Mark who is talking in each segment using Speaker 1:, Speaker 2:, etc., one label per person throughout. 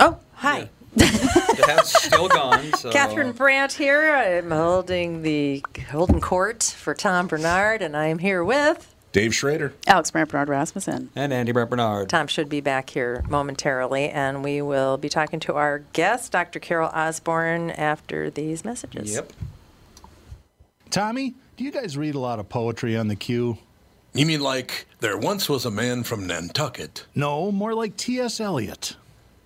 Speaker 1: Oh, hi.
Speaker 2: That's still gone, so.
Speaker 1: Catherine Brandt here. I'm holding the holding court for Tom Bernard, and I am here with.
Speaker 3: Dave Schrader.
Speaker 4: Alex Brandt Bernard Rasmussen.
Speaker 2: And Andy Brent Bernard.
Speaker 1: Tom should be back here momentarily, and we will be talking to our guest, Dr. Carol Osborne, after these messages.
Speaker 2: Yep.
Speaker 5: Tommy, do you guys read a lot of poetry on the queue?
Speaker 3: You mean like there once was a man from Nantucket?
Speaker 5: No, more like T.S. Eliot.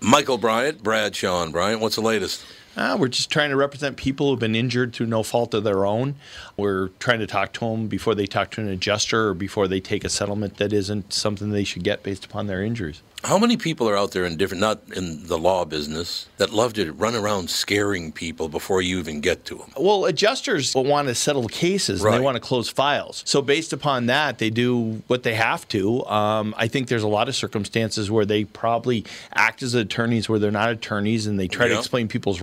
Speaker 3: Michael Bryant, Brad Sean Bryant, what's the latest?
Speaker 6: Uh, we're just trying to represent people who've been injured through no fault of their own. We're trying to talk to them before they talk to an adjuster or before they take a settlement that isn't something they should get based upon their injuries.
Speaker 3: How many people are out there in different, not in the law business, that love to run around scaring people before you even get to them?
Speaker 6: Well, adjusters will want to settle cases and
Speaker 3: Right.
Speaker 6: they want to close files. So, based upon that, they do what they have to. Um, I think there's a lot of circumstances where they probably act as attorneys where they're not attorneys and they try
Speaker 3: Yeah.
Speaker 6: to explain people's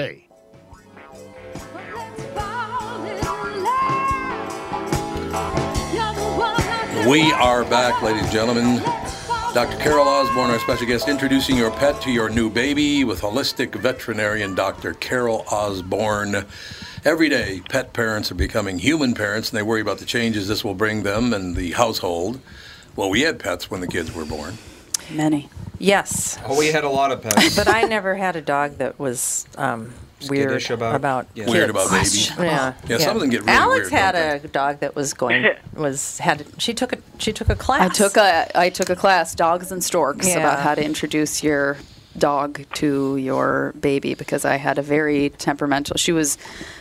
Speaker 3: We are back, ladies and gentlemen. Dr. Carol Osborne, our special guest, introducing your pet to your new baby with holistic veterinarian Dr. Carol Osborne. Every day, pet parents are becoming human parents and they worry about the changes this will bring them and the household. Well, we had pets when the kids were born.
Speaker 4: Many.
Speaker 1: Yes.
Speaker 2: Oh, we had a lot of pets.
Speaker 1: But I never had a dog that was um, weird
Speaker 2: Skittish about- yeah.
Speaker 1: kids.
Speaker 3: Weird about babies.
Speaker 1: Yeah,
Speaker 3: Yeah, some of them get really
Speaker 1: Alex
Speaker 3: weird,
Speaker 1: had
Speaker 3: don't
Speaker 1: a dog that was going was had she took a she took a class.
Speaker 4: I took a I took a class, dogs and storks,
Speaker 1: Yeah.
Speaker 4: about how to introduce your dog to your baby because I had a very temperamental. She was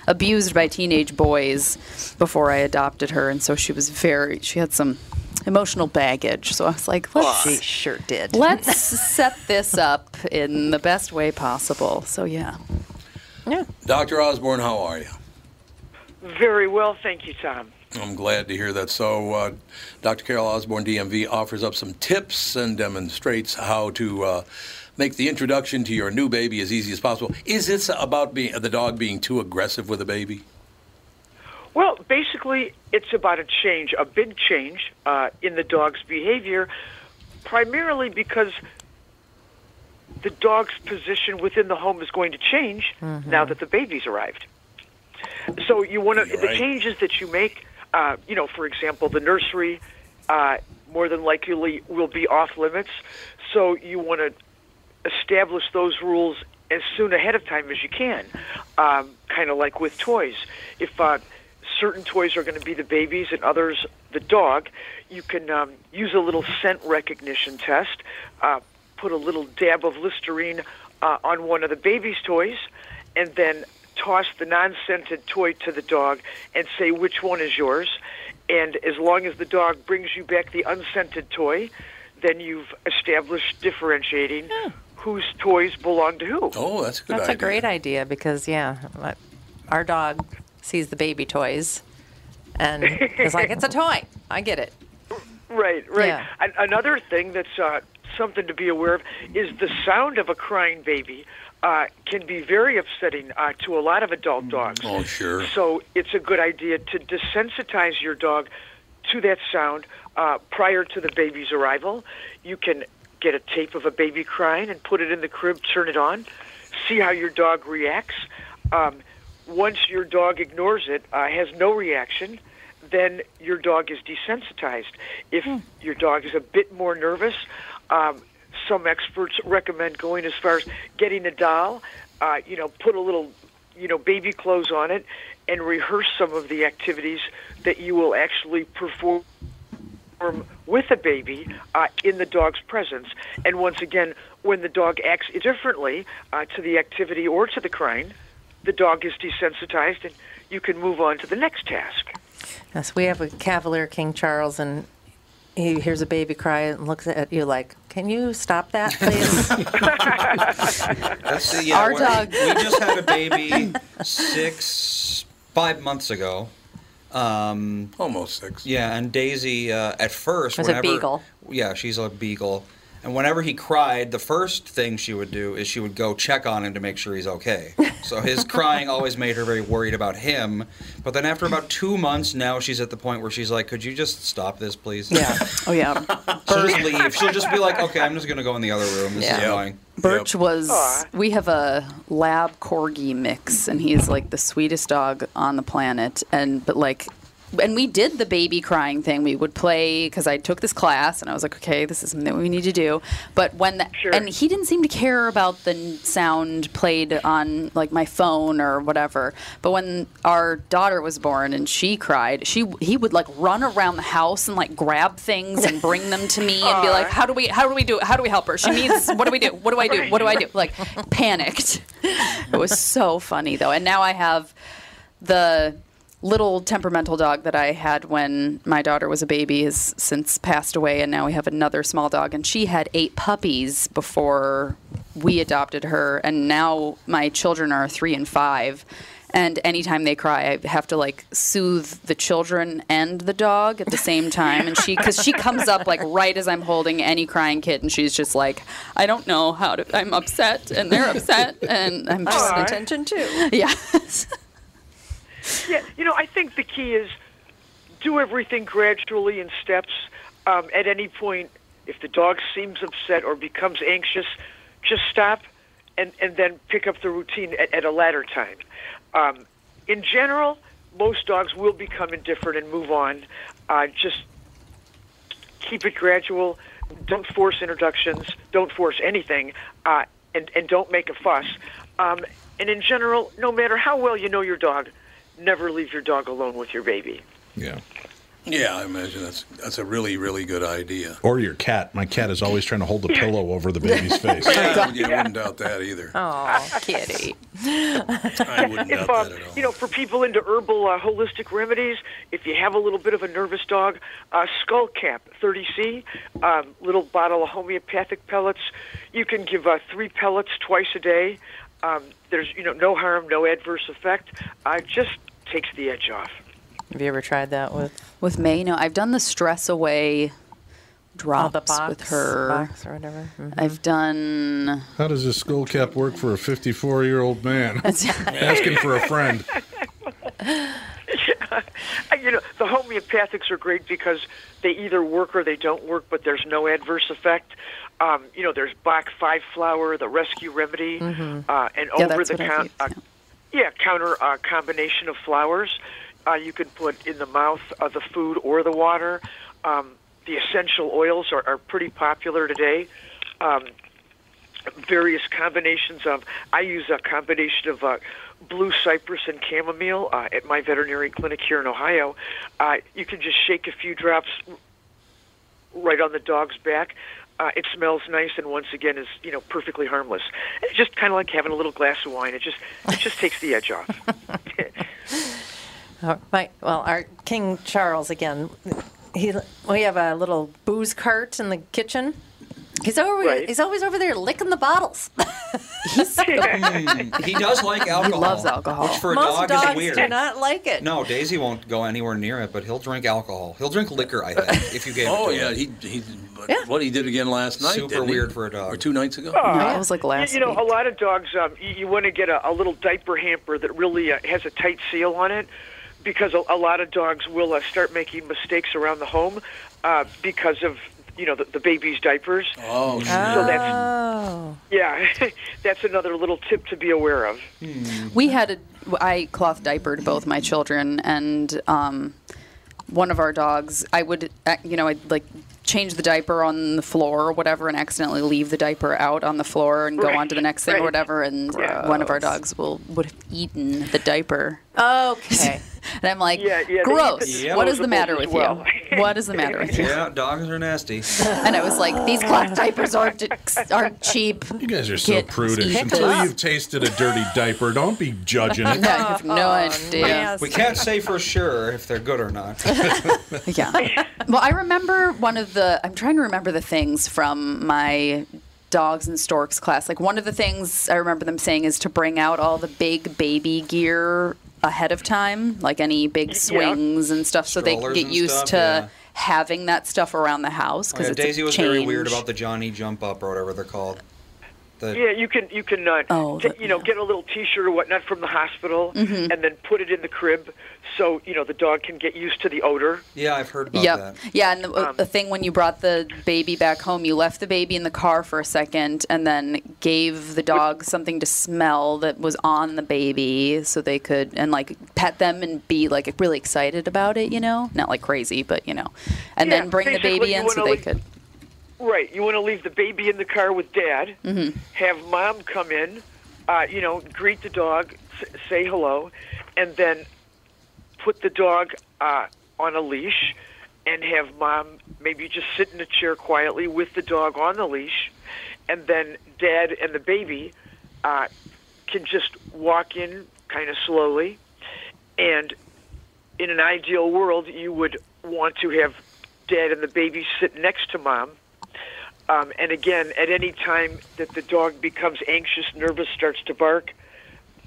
Speaker 4: abused by teenage boys before I adopted her, and so she was very. She had some emotional baggage. So I was like, let's,
Speaker 1: She sure did.
Speaker 4: let's set this up in the best way possible. So yeah.
Speaker 3: Dr. Osborne, how are you?
Speaker 7: Very well, thank you, Tom.
Speaker 3: I'm glad to hear that. So, uh, Dr. Carol Osborne, DMV, offers up some tips and demonstrates how to uh, make the introduction to your new baby as easy as possible. Is this about being, the dog being too aggressive with a baby?
Speaker 7: Well, basically, it's about a change, a big change uh, in the dog's behavior, primarily because the dog's position within the home is going to change now that the baby's arrived. So you want to
Speaker 3: You're
Speaker 7: the
Speaker 3: right.
Speaker 7: changes that you make. Uh, you know, for example, the nursery uh, more than likely will be off limits. So you want to establish those rules as soon ahead of time as you can. Um, kind of like with toys, if uh, certain toys are going to be the babies and others the dog, you can um, use a little scent recognition test. Uh, put a little dab of Listerine uh, on one of the baby's toys, and then toss the non scented toy to the dog and say, which one is yours? And as long as the dog brings you back the unscented toy, then you've established differentiating whose toys belong to who.
Speaker 3: Oh, that's a good
Speaker 1: That's
Speaker 3: idea.
Speaker 1: a great idea because yeah, my- our dog sees the baby toys and is like, "It's a toy. I get it."
Speaker 7: Right, right.
Speaker 1: Yeah.
Speaker 7: An- another thing that's uh, something to be aware of is the sound of a crying baby uh, can be very upsetting uh, to a lot of adult dogs.
Speaker 3: Oh, sure.
Speaker 7: So it's a good idea to desensitize your dog to that sound uh, prior to the baby's arrival. You can get a tape of a baby crying and put it in the crib, turn it on, see how your dog reacts. Um, once your dog ignores it, uh, has no reaction, then your dog is desensitized. If your dog is a bit more nervous, um, some experts recommend going as far as getting a doll, uh, you know, put a little you know, baby clothes on it and rehearse some of the activities that you will actually perform with a baby uh, in the dog's presence. And once again, when the dog acts differently uh, to the activity or to the crying, the dog is desensitized and you can move on to the next task.
Speaker 1: Yes, we have a Cavalier King Charles and he hears a baby cry and looks at you like, "Can you stop that, please?"
Speaker 2: That's the, yeah,
Speaker 4: Our
Speaker 2: we-
Speaker 4: dog-
Speaker 2: We just had a baby six, five months ago. Um,
Speaker 3: Almost six.
Speaker 2: yeah, and Daisy uh, at first
Speaker 1: Was a
Speaker 2: whenever
Speaker 1: beagle.
Speaker 2: yeah, she's a beagle, and whenever he cried, the first thing she would do is she would go check on him to make sure he's okay. So his crying always made her very worried about him. But then after about two months, now she's at the point where she's like, "Could you just stop this, please?"
Speaker 1: yeah.
Speaker 4: Oh yeah,
Speaker 2: She'll just leave. She'll just be like, "Okay, I'm just gonna go in the other room. This is
Speaker 1: Yeah.
Speaker 2: annoying."
Speaker 4: Birch was.
Speaker 7: Aw.
Speaker 4: We have a lab corgi mix, and he's like the sweetest dog on the planet. And but like, and we did the baby crying thing. We would play because I took this class, and I was like, okay, this is something that we need to do. But when the
Speaker 7: Sure.
Speaker 4: and he didn't seem to care about the n- sound played on like my phone or whatever. But when our daughter was born and she cried, she he would like run around the house and like grab things and bring them to me and be like, how do we how do we do it? how do we help her? She needs what do we do? What do I do? What do I do? Like panicked. It was so funny though, and now I have the little temperamental dog that I had when my daughter was a baby has since passed away, and now we have another small dog. And she had eight puppies before we adopted her, and now my children are three and five. And anytime they cry, I have to like soothe the children and the dog at the same time. And she, because she comes up like right as I'm holding any crying kid, and she's just like, I don't know how to, I'm upset, and they're upset, and I'm
Speaker 1: I
Speaker 4: just
Speaker 1: want
Speaker 4: like,
Speaker 1: attention too.
Speaker 4: yeah.
Speaker 7: Yeah, you know, I think the key is do everything gradually in steps. Um, at any point, if the dog seems upset or becomes anxious, just stop and, and then pick up the routine at, at a latter time. Um, in general, most dogs will become indifferent and move on. Uh, just keep it gradual. Don't force introductions. Don't force anything, uh, and and don't make a fuss. Um, and in general, no matter how well you know your dog, never leave your dog alone with your baby.
Speaker 6: Yeah.
Speaker 3: Yeah, I imagine that's that's a really really good idea.
Speaker 5: Or your cat. My cat is always trying to hold the pillow over the baby's face.
Speaker 3: I wouldn't- I wouldn't doubt that either.
Speaker 1: Oh, kitty.
Speaker 3: I wouldn't doubt
Speaker 7: If
Speaker 3: that
Speaker 7: um,
Speaker 3: at all.
Speaker 7: you know, for people into herbal uh, holistic remedies, if you have a little bit of a nervous dog, uh, skull cap 30C, um, little bottle of homeopathic pellets. You can give uh, three pellets twice a day. Um, there's you know no harm, no adverse effect. Uh, just takes the edge off.
Speaker 1: Have you ever tried that with
Speaker 4: With May, no, I've done the stress
Speaker 7: Oh,
Speaker 4: away
Speaker 1: all
Speaker 4: drops
Speaker 1: the box
Speaker 4: with her.
Speaker 1: box or whatever? Mhm.
Speaker 7: Mm-hmm.
Speaker 4: I've done.
Speaker 5: How does this skull cap work for a 54 year old man? Asking for a friend.
Speaker 7: Uh, you know, the homeopathics are great because they either work or they don't work, but there's no adverse effect. Um, you know, there's Bach Five Flower, the Rescue Remedy, uh, and
Speaker 4: Mm-hmm. Yeah,
Speaker 7: over
Speaker 4: that's
Speaker 7: the
Speaker 4: what I
Speaker 7: count.
Speaker 4: use,
Speaker 7: uh, yeah, counter uh, combination of flowers. Uh, you can put in the mouth of the food or the water. Um, the essential oils are, are pretty popular today. Um, various combinations of. I use a combination of uh, blue cypress and chamomile uh, at my veterinary clinic here in Ohio. Uh, you can just shake a few drops right on the dog's back. Uh, it smells nice, and once again, is you know perfectly harmless. It's just kind of like having a little glass of wine. It just it just takes the edge off.
Speaker 1: Oh, my, well, our King Charles again. He, we have a little booze cart in the kitchen. He's over.
Speaker 7: Right.
Speaker 1: He's always over there licking the bottles.
Speaker 2: he does like alcohol.
Speaker 4: loves alcohol.
Speaker 2: Which for a
Speaker 1: Most
Speaker 2: dog
Speaker 1: dogs
Speaker 2: is weird.
Speaker 1: do not like it.
Speaker 2: No, Daisy won't go anywhere near it, but he'll drink alcohol. He'll drink liquor, I think, if you gave
Speaker 3: Oh
Speaker 2: it to
Speaker 3: yeah,
Speaker 2: him.
Speaker 3: he he. but
Speaker 1: Yeah.
Speaker 3: What he did again last night?
Speaker 2: Super
Speaker 3: didn't he?
Speaker 2: weird for a dog. Oh.
Speaker 3: Or two nights ago.
Speaker 4: That was like last
Speaker 7: Uh, You, you know, a
Speaker 4: week.
Speaker 7: lot of dogs, um, you, you want to get a, a little diaper hamper that really uh, has a tight seal on it, because a, a lot of dogs will uh, start making mistakes around the home uh, because of you know the, the baby's diapers.
Speaker 3: Oh,
Speaker 7: So that's
Speaker 1: Oh,
Speaker 7: yeah, that's another little tip to be aware of.
Speaker 4: We had a, I cloth diapered both my children, and um, one of our dogs. I would, uh, you know, I'd like change the diaper on the floor or whatever, and accidentally leave the diaper out on the floor and go
Speaker 7: Right,
Speaker 4: on to the next thing or
Speaker 7: right.
Speaker 4: whatever. And
Speaker 7: Yeah.
Speaker 4: one of our dogs will would have eaten the diaper.
Speaker 1: okay.
Speaker 4: And I'm like,
Speaker 7: Yeah, yeah, they eat
Speaker 4: gross.
Speaker 2: the
Speaker 4: what is the matter
Speaker 7: disposables
Speaker 4: with
Speaker 7: as well."
Speaker 4: you? What is the matter with you?
Speaker 2: Yeah, dogs are nasty.
Speaker 4: And I was like, these cloth diapers are are cheap.
Speaker 8: You guys are so
Speaker 4: Get-
Speaker 8: prudish.
Speaker 4: Pick
Speaker 8: Until
Speaker 4: up.
Speaker 8: you've tasted a dirty diaper, don't be judging it.
Speaker 4: Yeah, you have no idea.
Speaker 2: We can't say for sure if they're good or not. Uh,
Speaker 4: Yeah. well, I remember one of the. I'm trying to remember the things from my dogs and storks class. Like one of the things I remember them saying is to bring out all the big baby gear ahead of time, like any big swings and stuff, so they can
Speaker 2: Strollers
Speaker 4: get
Speaker 2: and
Speaker 4: used
Speaker 2: stuff,
Speaker 4: to.
Speaker 2: yeah.
Speaker 4: Having that stuff around the house
Speaker 2: Oh,
Speaker 4: because
Speaker 2: yeah,
Speaker 4: it's a
Speaker 2: Daisy was
Speaker 4: change.
Speaker 2: very weird about the Johnny Jump Up or whatever they're called. The,
Speaker 7: Yeah, you can you can uh,
Speaker 4: Oh,
Speaker 7: t-
Speaker 4: the-
Speaker 7: you know
Speaker 4: yeah. Mm-hmm.
Speaker 7: get a little T-shirt or whatnot from the hospital, and then put it in the crib, so you know the dog can get used to the odor.
Speaker 2: yeah, I've heard about
Speaker 4: Yep.
Speaker 2: that.
Speaker 4: Yeah, and
Speaker 7: Um,
Speaker 4: the, the thing when you brought the baby back home, you left the baby in the car for a second, and then gave the dog something to smell that was on the baby, so they could and like pet them and be like really excited about it, you know, not like crazy, but you know, and
Speaker 7: Yeah,
Speaker 4: then bring the
Speaker 7: basically
Speaker 4: baby
Speaker 7: you
Speaker 4: in
Speaker 7: wanna,
Speaker 4: so they
Speaker 7: like-
Speaker 4: could.
Speaker 7: Right. You want to leave the baby in the car with dad. Have mom come in, uh, you know, greet the dog, s- say hello, and then put the dog uh, on a leash, and have mom maybe just sit in a chair quietly with the dog on the leash, and then dad and the baby uh, can just walk in kind of slowly, and in an ideal world, you would want to have dad and the baby sit next to mom. Um, and again, at any time that the dog becomes anxious, nervous, starts to bark,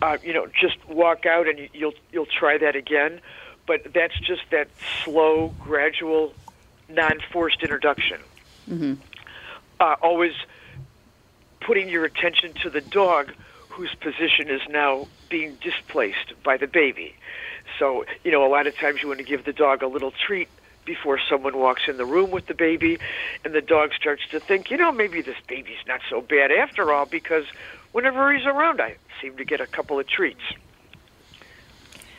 Speaker 7: uh, you know, just walk out and you- you'll you'll try that again. But that's just that slow, gradual, non-forced introduction. Uh, always putting your attention to the dog whose position is now being displaced by the baby. So, you know, a lot of times you want to give the dog a little treat before someone walks in the room with the baby, and the dog starts to think, you know, maybe this baby's not so bad after all, because whenever he's around, I seem to get a couple of treats.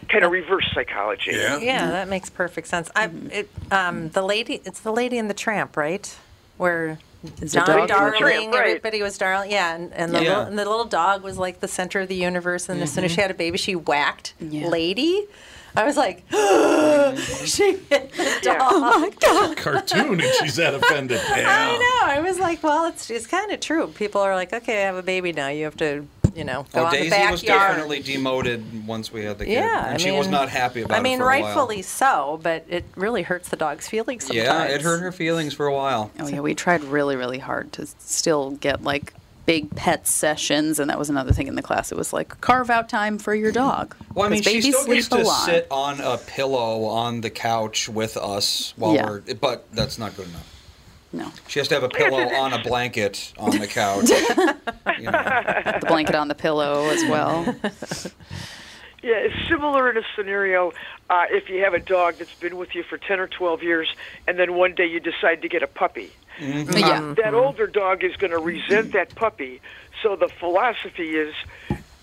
Speaker 7: Kind of reverse psychology.
Speaker 3: yeah.
Speaker 2: Mm-hmm.
Speaker 1: Yeah, that makes perfect sense. I, it, um, the lady, it's the Lady and the Tramp, right? Where
Speaker 4: Is it
Speaker 1: Don
Speaker 4: Dog and the
Speaker 1: Darling,
Speaker 7: Tramp, right.
Speaker 1: everybody was darling. Yeah, and, and, the
Speaker 2: Yeah. Mm-hmm.
Speaker 1: Little, and the little dog was like the center of the universe. And as soon as she had a baby, she whacked
Speaker 4: Yeah.
Speaker 1: Lady. I was like,
Speaker 2: Mm-hmm.
Speaker 1: she Oh hit the dog.
Speaker 7: Yeah.
Speaker 8: Cartoon, and she's that offended.
Speaker 1: I know. I was like, well, it's it's kind of true. People are like, okay, I have a baby now. You have to, you know, go
Speaker 2: Oh,
Speaker 1: out
Speaker 2: Daisy
Speaker 1: the backyard.
Speaker 2: was definitely demoted once we had the kid.
Speaker 1: yeah,
Speaker 2: and
Speaker 1: I
Speaker 2: she
Speaker 1: mean,
Speaker 2: was not happy about
Speaker 1: I mean,
Speaker 2: it. for a while.
Speaker 1: rightfully so, but it really hurts the dog's feelings. Sometimes.
Speaker 2: Yeah, it hurt her feelings for a while.
Speaker 4: Oh yeah, we tried really, really hard to still get like big pet sessions, and that was another thing in the class. It was like carve out time for your dog.
Speaker 2: Well, I mean,
Speaker 4: 'Cause
Speaker 2: she
Speaker 4: babies
Speaker 2: still gets
Speaker 4: sleep a
Speaker 2: to
Speaker 4: lot.
Speaker 2: sit on a pillow on the couch with us while
Speaker 4: Yeah.
Speaker 2: we're, but that's not good enough.
Speaker 4: No,
Speaker 2: She has to have a pillow on a blanket on the couch. You know.
Speaker 4: the blanket on the pillow as well.
Speaker 7: Yeah, it's similar in a scenario uh, if you have a dog that's been with you for 10 or 12 years, and then one day you decide to get a puppy. Uh,
Speaker 4: yeah.
Speaker 7: That older dog is going to resent that puppy. So the philosophy is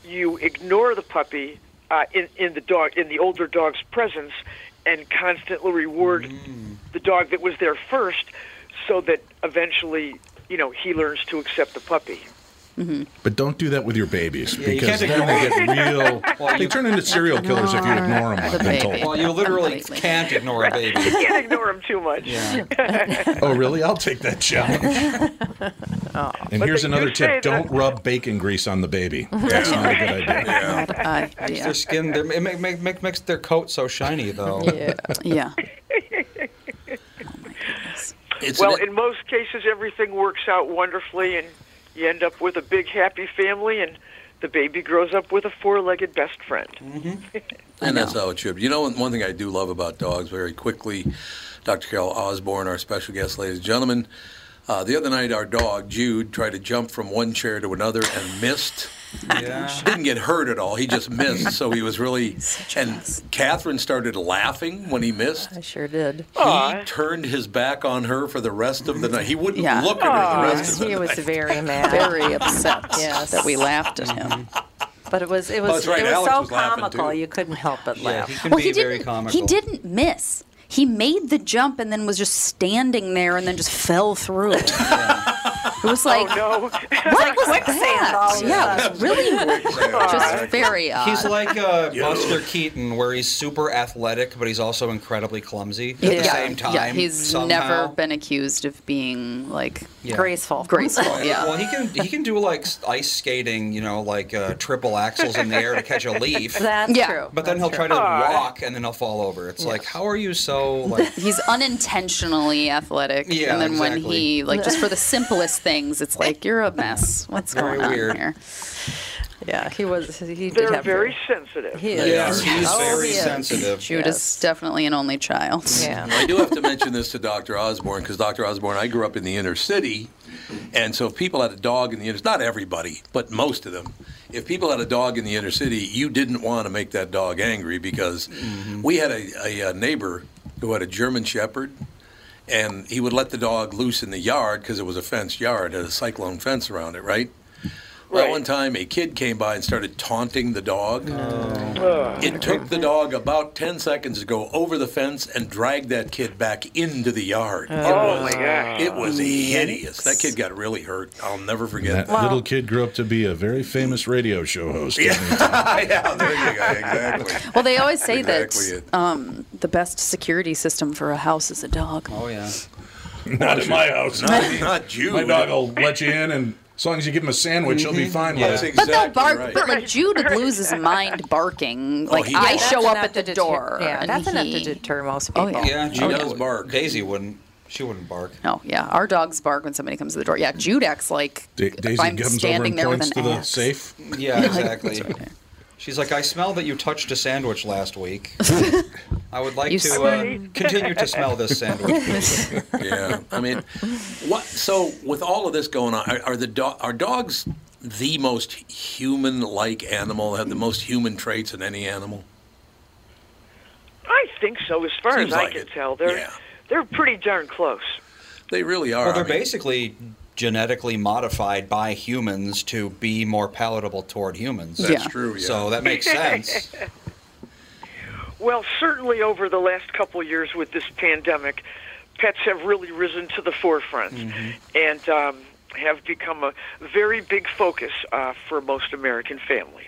Speaker 7: you ignore the puppy uh, in, in, the dog, in the older dog's presence and constantly reward the dog that was there first so that eventually, you know, he learns to accept the puppy.
Speaker 8: But don't do that with your babies
Speaker 2: you
Speaker 8: because
Speaker 2: can't
Speaker 8: then they
Speaker 2: ignore
Speaker 8: get real.
Speaker 2: Well,
Speaker 8: they
Speaker 2: you-
Speaker 8: turn into serial killers if you ignore them.
Speaker 4: the
Speaker 8: I've been told.
Speaker 4: baby.
Speaker 2: Well, you literally
Speaker 4: Completely.
Speaker 2: can't ignore a baby.
Speaker 7: Can't ignore him too much.
Speaker 2: Yeah.
Speaker 8: Oh, really? I'll take that challenge. and here's
Speaker 7: they do
Speaker 8: another
Speaker 7: say
Speaker 8: tip:
Speaker 7: that-
Speaker 8: don't rub bacon grease on the baby. That's not a good idea.
Speaker 4: Bad idea.
Speaker 2: Their skin, their- it make, make, make, makes their coat so shiny, though.
Speaker 1: Yeah.
Speaker 4: Yeah.
Speaker 3: It's
Speaker 7: Well,
Speaker 3: an-
Speaker 7: in most cases, everything works out wonderfully, and you end up with a big, happy family, and the baby grows up with a four-legged best
Speaker 3: Mm.
Speaker 7: friend.
Speaker 3: And that's how it should be. You know, one thing I do love about dogs very quickly, Dr. Carol Osborne, our special guest, ladies and gentlemen. Uh, the other night, our dog, Jude, tried to jump from one chair to another and missed.
Speaker 2: Yeah.
Speaker 3: Didn't get hurt at all. He just missed. So he was really.
Speaker 4: Such a
Speaker 3: And
Speaker 4: mess.
Speaker 3: Catherine started laughing when he missed.
Speaker 1: I sure did.
Speaker 3: He turned his back on her for the rest of the night. He wouldn't
Speaker 4: Yeah.
Speaker 3: look at her the rest of the
Speaker 1: He
Speaker 3: night.
Speaker 1: was very mad.
Speaker 4: Very upset
Speaker 1: Yes.
Speaker 4: that we laughed at him.
Speaker 2: Mm-hmm.
Speaker 1: But it was it
Speaker 3: Well,
Speaker 1: was
Speaker 3: that's right,
Speaker 1: it was
Speaker 3: Alex
Speaker 1: so
Speaker 3: was laughing,
Speaker 1: comical
Speaker 3: too.
Speaker 1: you couldn't help but
Speaker 2: Yeah,
Speaker 1: laugh.
Speaker 2: he can
Speaker 9: Well,
Speaker 2: be
Speaker 9: he
Speaker 2: very
Speaker 9: didn't.
Speaker 2: comical.
Speaker 9: He didn't miss. He made the jump and then was just standing there and then just fell through. it
Speaker 4: Oh,
Speaker 9: was like,
Speaker 7: Oh, No,
Speaker 9: what was
Speaker 1: quicksand all
Speaker 9: that?
Speaker 1: of a
Speaker 9: Yeah, it was really weird.
Speaker 4: Just very odd.
Speaker 2: He's like uh, Buster Keaton, where he's super athletic, but he's also incredibly clumsy at the same time.
Speaker 4: yeah, he's
Speaker 2: somehow.
Speaker 4: never been accused of being like
Speaker 2: Yeah.
Speaker 1: Graceful.
Speaker 4: graceful.
Speaker 2: Well,
Speaker 4: Yeah.
Speaker 2: he can he can do like s- ice skating, you know, like uh, triple axles in the air to catch a leaf.
Speaker 1: That's
Speaker 4: Yeah.
Speaker 1: true.
Speaker 2: but then he'll try to walk and then he'll fall over. It's like, how are you so like?
Speaker 4: He's unintentionally athletic,
Speaker 2: Yeah,
Speaker 4: and then when
Speaker 2: exactly.
Speaker 4: he like just for the simplest things, it's like you're a mess. What's
Speaker 2: Very
Speaker 4: going
Speaker 2: weird.
Speaker 4: on here?
Speaker 1: Yeah, he was he did
Speaker 7: they're
Speaker 1: have
Speaker 7: very sensitive.
Speaker 1: he is.
Speaker 2: Yeah, he's
Speaker 1: Oh,
Speaker 2: very
Speaker 1: he is.
Speaker 2: sensitive.
Speaker 4: Jude is definitely an only child.
Speaker 1: Yeah.
Speaker 3: I do have to mention this to Dr. Osborne because Dr. Osborne, I grew up in the inner city, and so if people had a dog in the inner, not everybody, but most of them, if people had a dog in the inner city, you didn't want to make that dog angry because we had a, a, uh neighbor who had a German Shepherd, and he would let the dog loose in the yard because it was a fenced yard, had a cyclone fence around it, right? Well,
Speaker 7: Right.
Speaker 3: one time a kid came by and started taunting the dog. It took the dog about 10 seconds to go over the fence and drag that kid back into the yard.
Speaker 7: Oh my gosh!
Speaker 3: It was hideous. That kid got really hurt. I'll never forget
Speaker 8: That
Speaker 3: that.
Speaker 8: little kid grew up to be a very famous radio show host.
Speaker 3: yeah, there you go. Exactly.
Speaker 4: Well, they always say
Speaker 3: Exactly it.
Speaker 4: that um, the best security system for a house is a dog.
Speaker 2: Oh yeah.
Speaker 8: Not at my house.
Speaker 3: Not, not you.
Speaker 8: My dog will let you in, and as long as you give him a sandwich, he'll
Speaker 4: Mm-hmm.
Speaker 8: be fine
Speaker 3: That's
Speaker 8: with it.
Speaker 4: But
Speaker 3: exactly
Speaker 4: they'll bark.
Speaker 3: right.
Speaker 4: But like Jude would lose his mind barking.
Speaker 8: Oh,
Speaker 4: Like
Speaker 3: he
Speaker 4: I
Speaker 3: does.
Speaker 4: show
Speaker 1: That's
Speaker 4: up
Speaker 1: enough
Speaker 4: at the
Speaker 1: to deter-
Speaker 4: door.
Speaker 1: Yeah,
Speaker 4: and
Speaker 1: that's enough
Speaker 4: he-
Speaker 1: to deter most
Speaker 4: Oh,
Speaker 1: people.
Speaker 3: Yeah, she
Speaker 2: Jude
Speaker 3: does
Speaker 2: would-
Speaker 3: bark.
Speaker 2: Daisy wouldn't. She wouldn't bark.
Speaker 4: No, yeah, our dogs bark when somebody comes to the door. Yeah, Jude acts like
Speaker 8: Da-
Speaker 4: if
Speaker 8: Daisy
Speaker 4: I'm
Speaker 8: comes over
Speaker 4: standing
Speaker 8: and
Speaker 4: there with
Speaker 8: points
Speaker 4: an
Speaker 8: to the
Speaker 4: axe.
Speaker 8: safe.
Speaker 2: Yeah, exactly.
Speaker 4: That's right.
Speaker 2: She's like, I smell that you touched a sandwich last week. I would like
Speaker 4: You
Speaker 2: to uh, continue to smell this sandwich. please."
Speaker 3: yeah. I mean, what? So with all of this going on, are, are the do- are dogs the most human-like animal? Have the most human traits in any animal?
Speaker 7: I think so. As far as
Speaker 3: Seems
Speaker 7: I
Speaker 3: like
Speaker 7: can
Speaker 3: it.
Speaker 7: tell, they're
Speaker 3: Yeah.
Speaker 7: they're pretty darn close.
Speaker 3: They really are.
Speaker 2: Well,
Speaker 3: I
Speaker 2: they're
Speaker 3: mean,
Speaker 2: basically genetically modified by humans to be more palatable toward humans.
Speaker 3: That's
Speaker 4: Yeah.
Speaker 3: true. Yeah.
Speaker 2: So that makes sense.
Speaker 7: Well, certainly over the last couple of years with this pandemic, pets have really risen to the forefront
Speaker 3: Mm-hmm.
Speaker 7: and um, have become a very big focus uh, for most American families.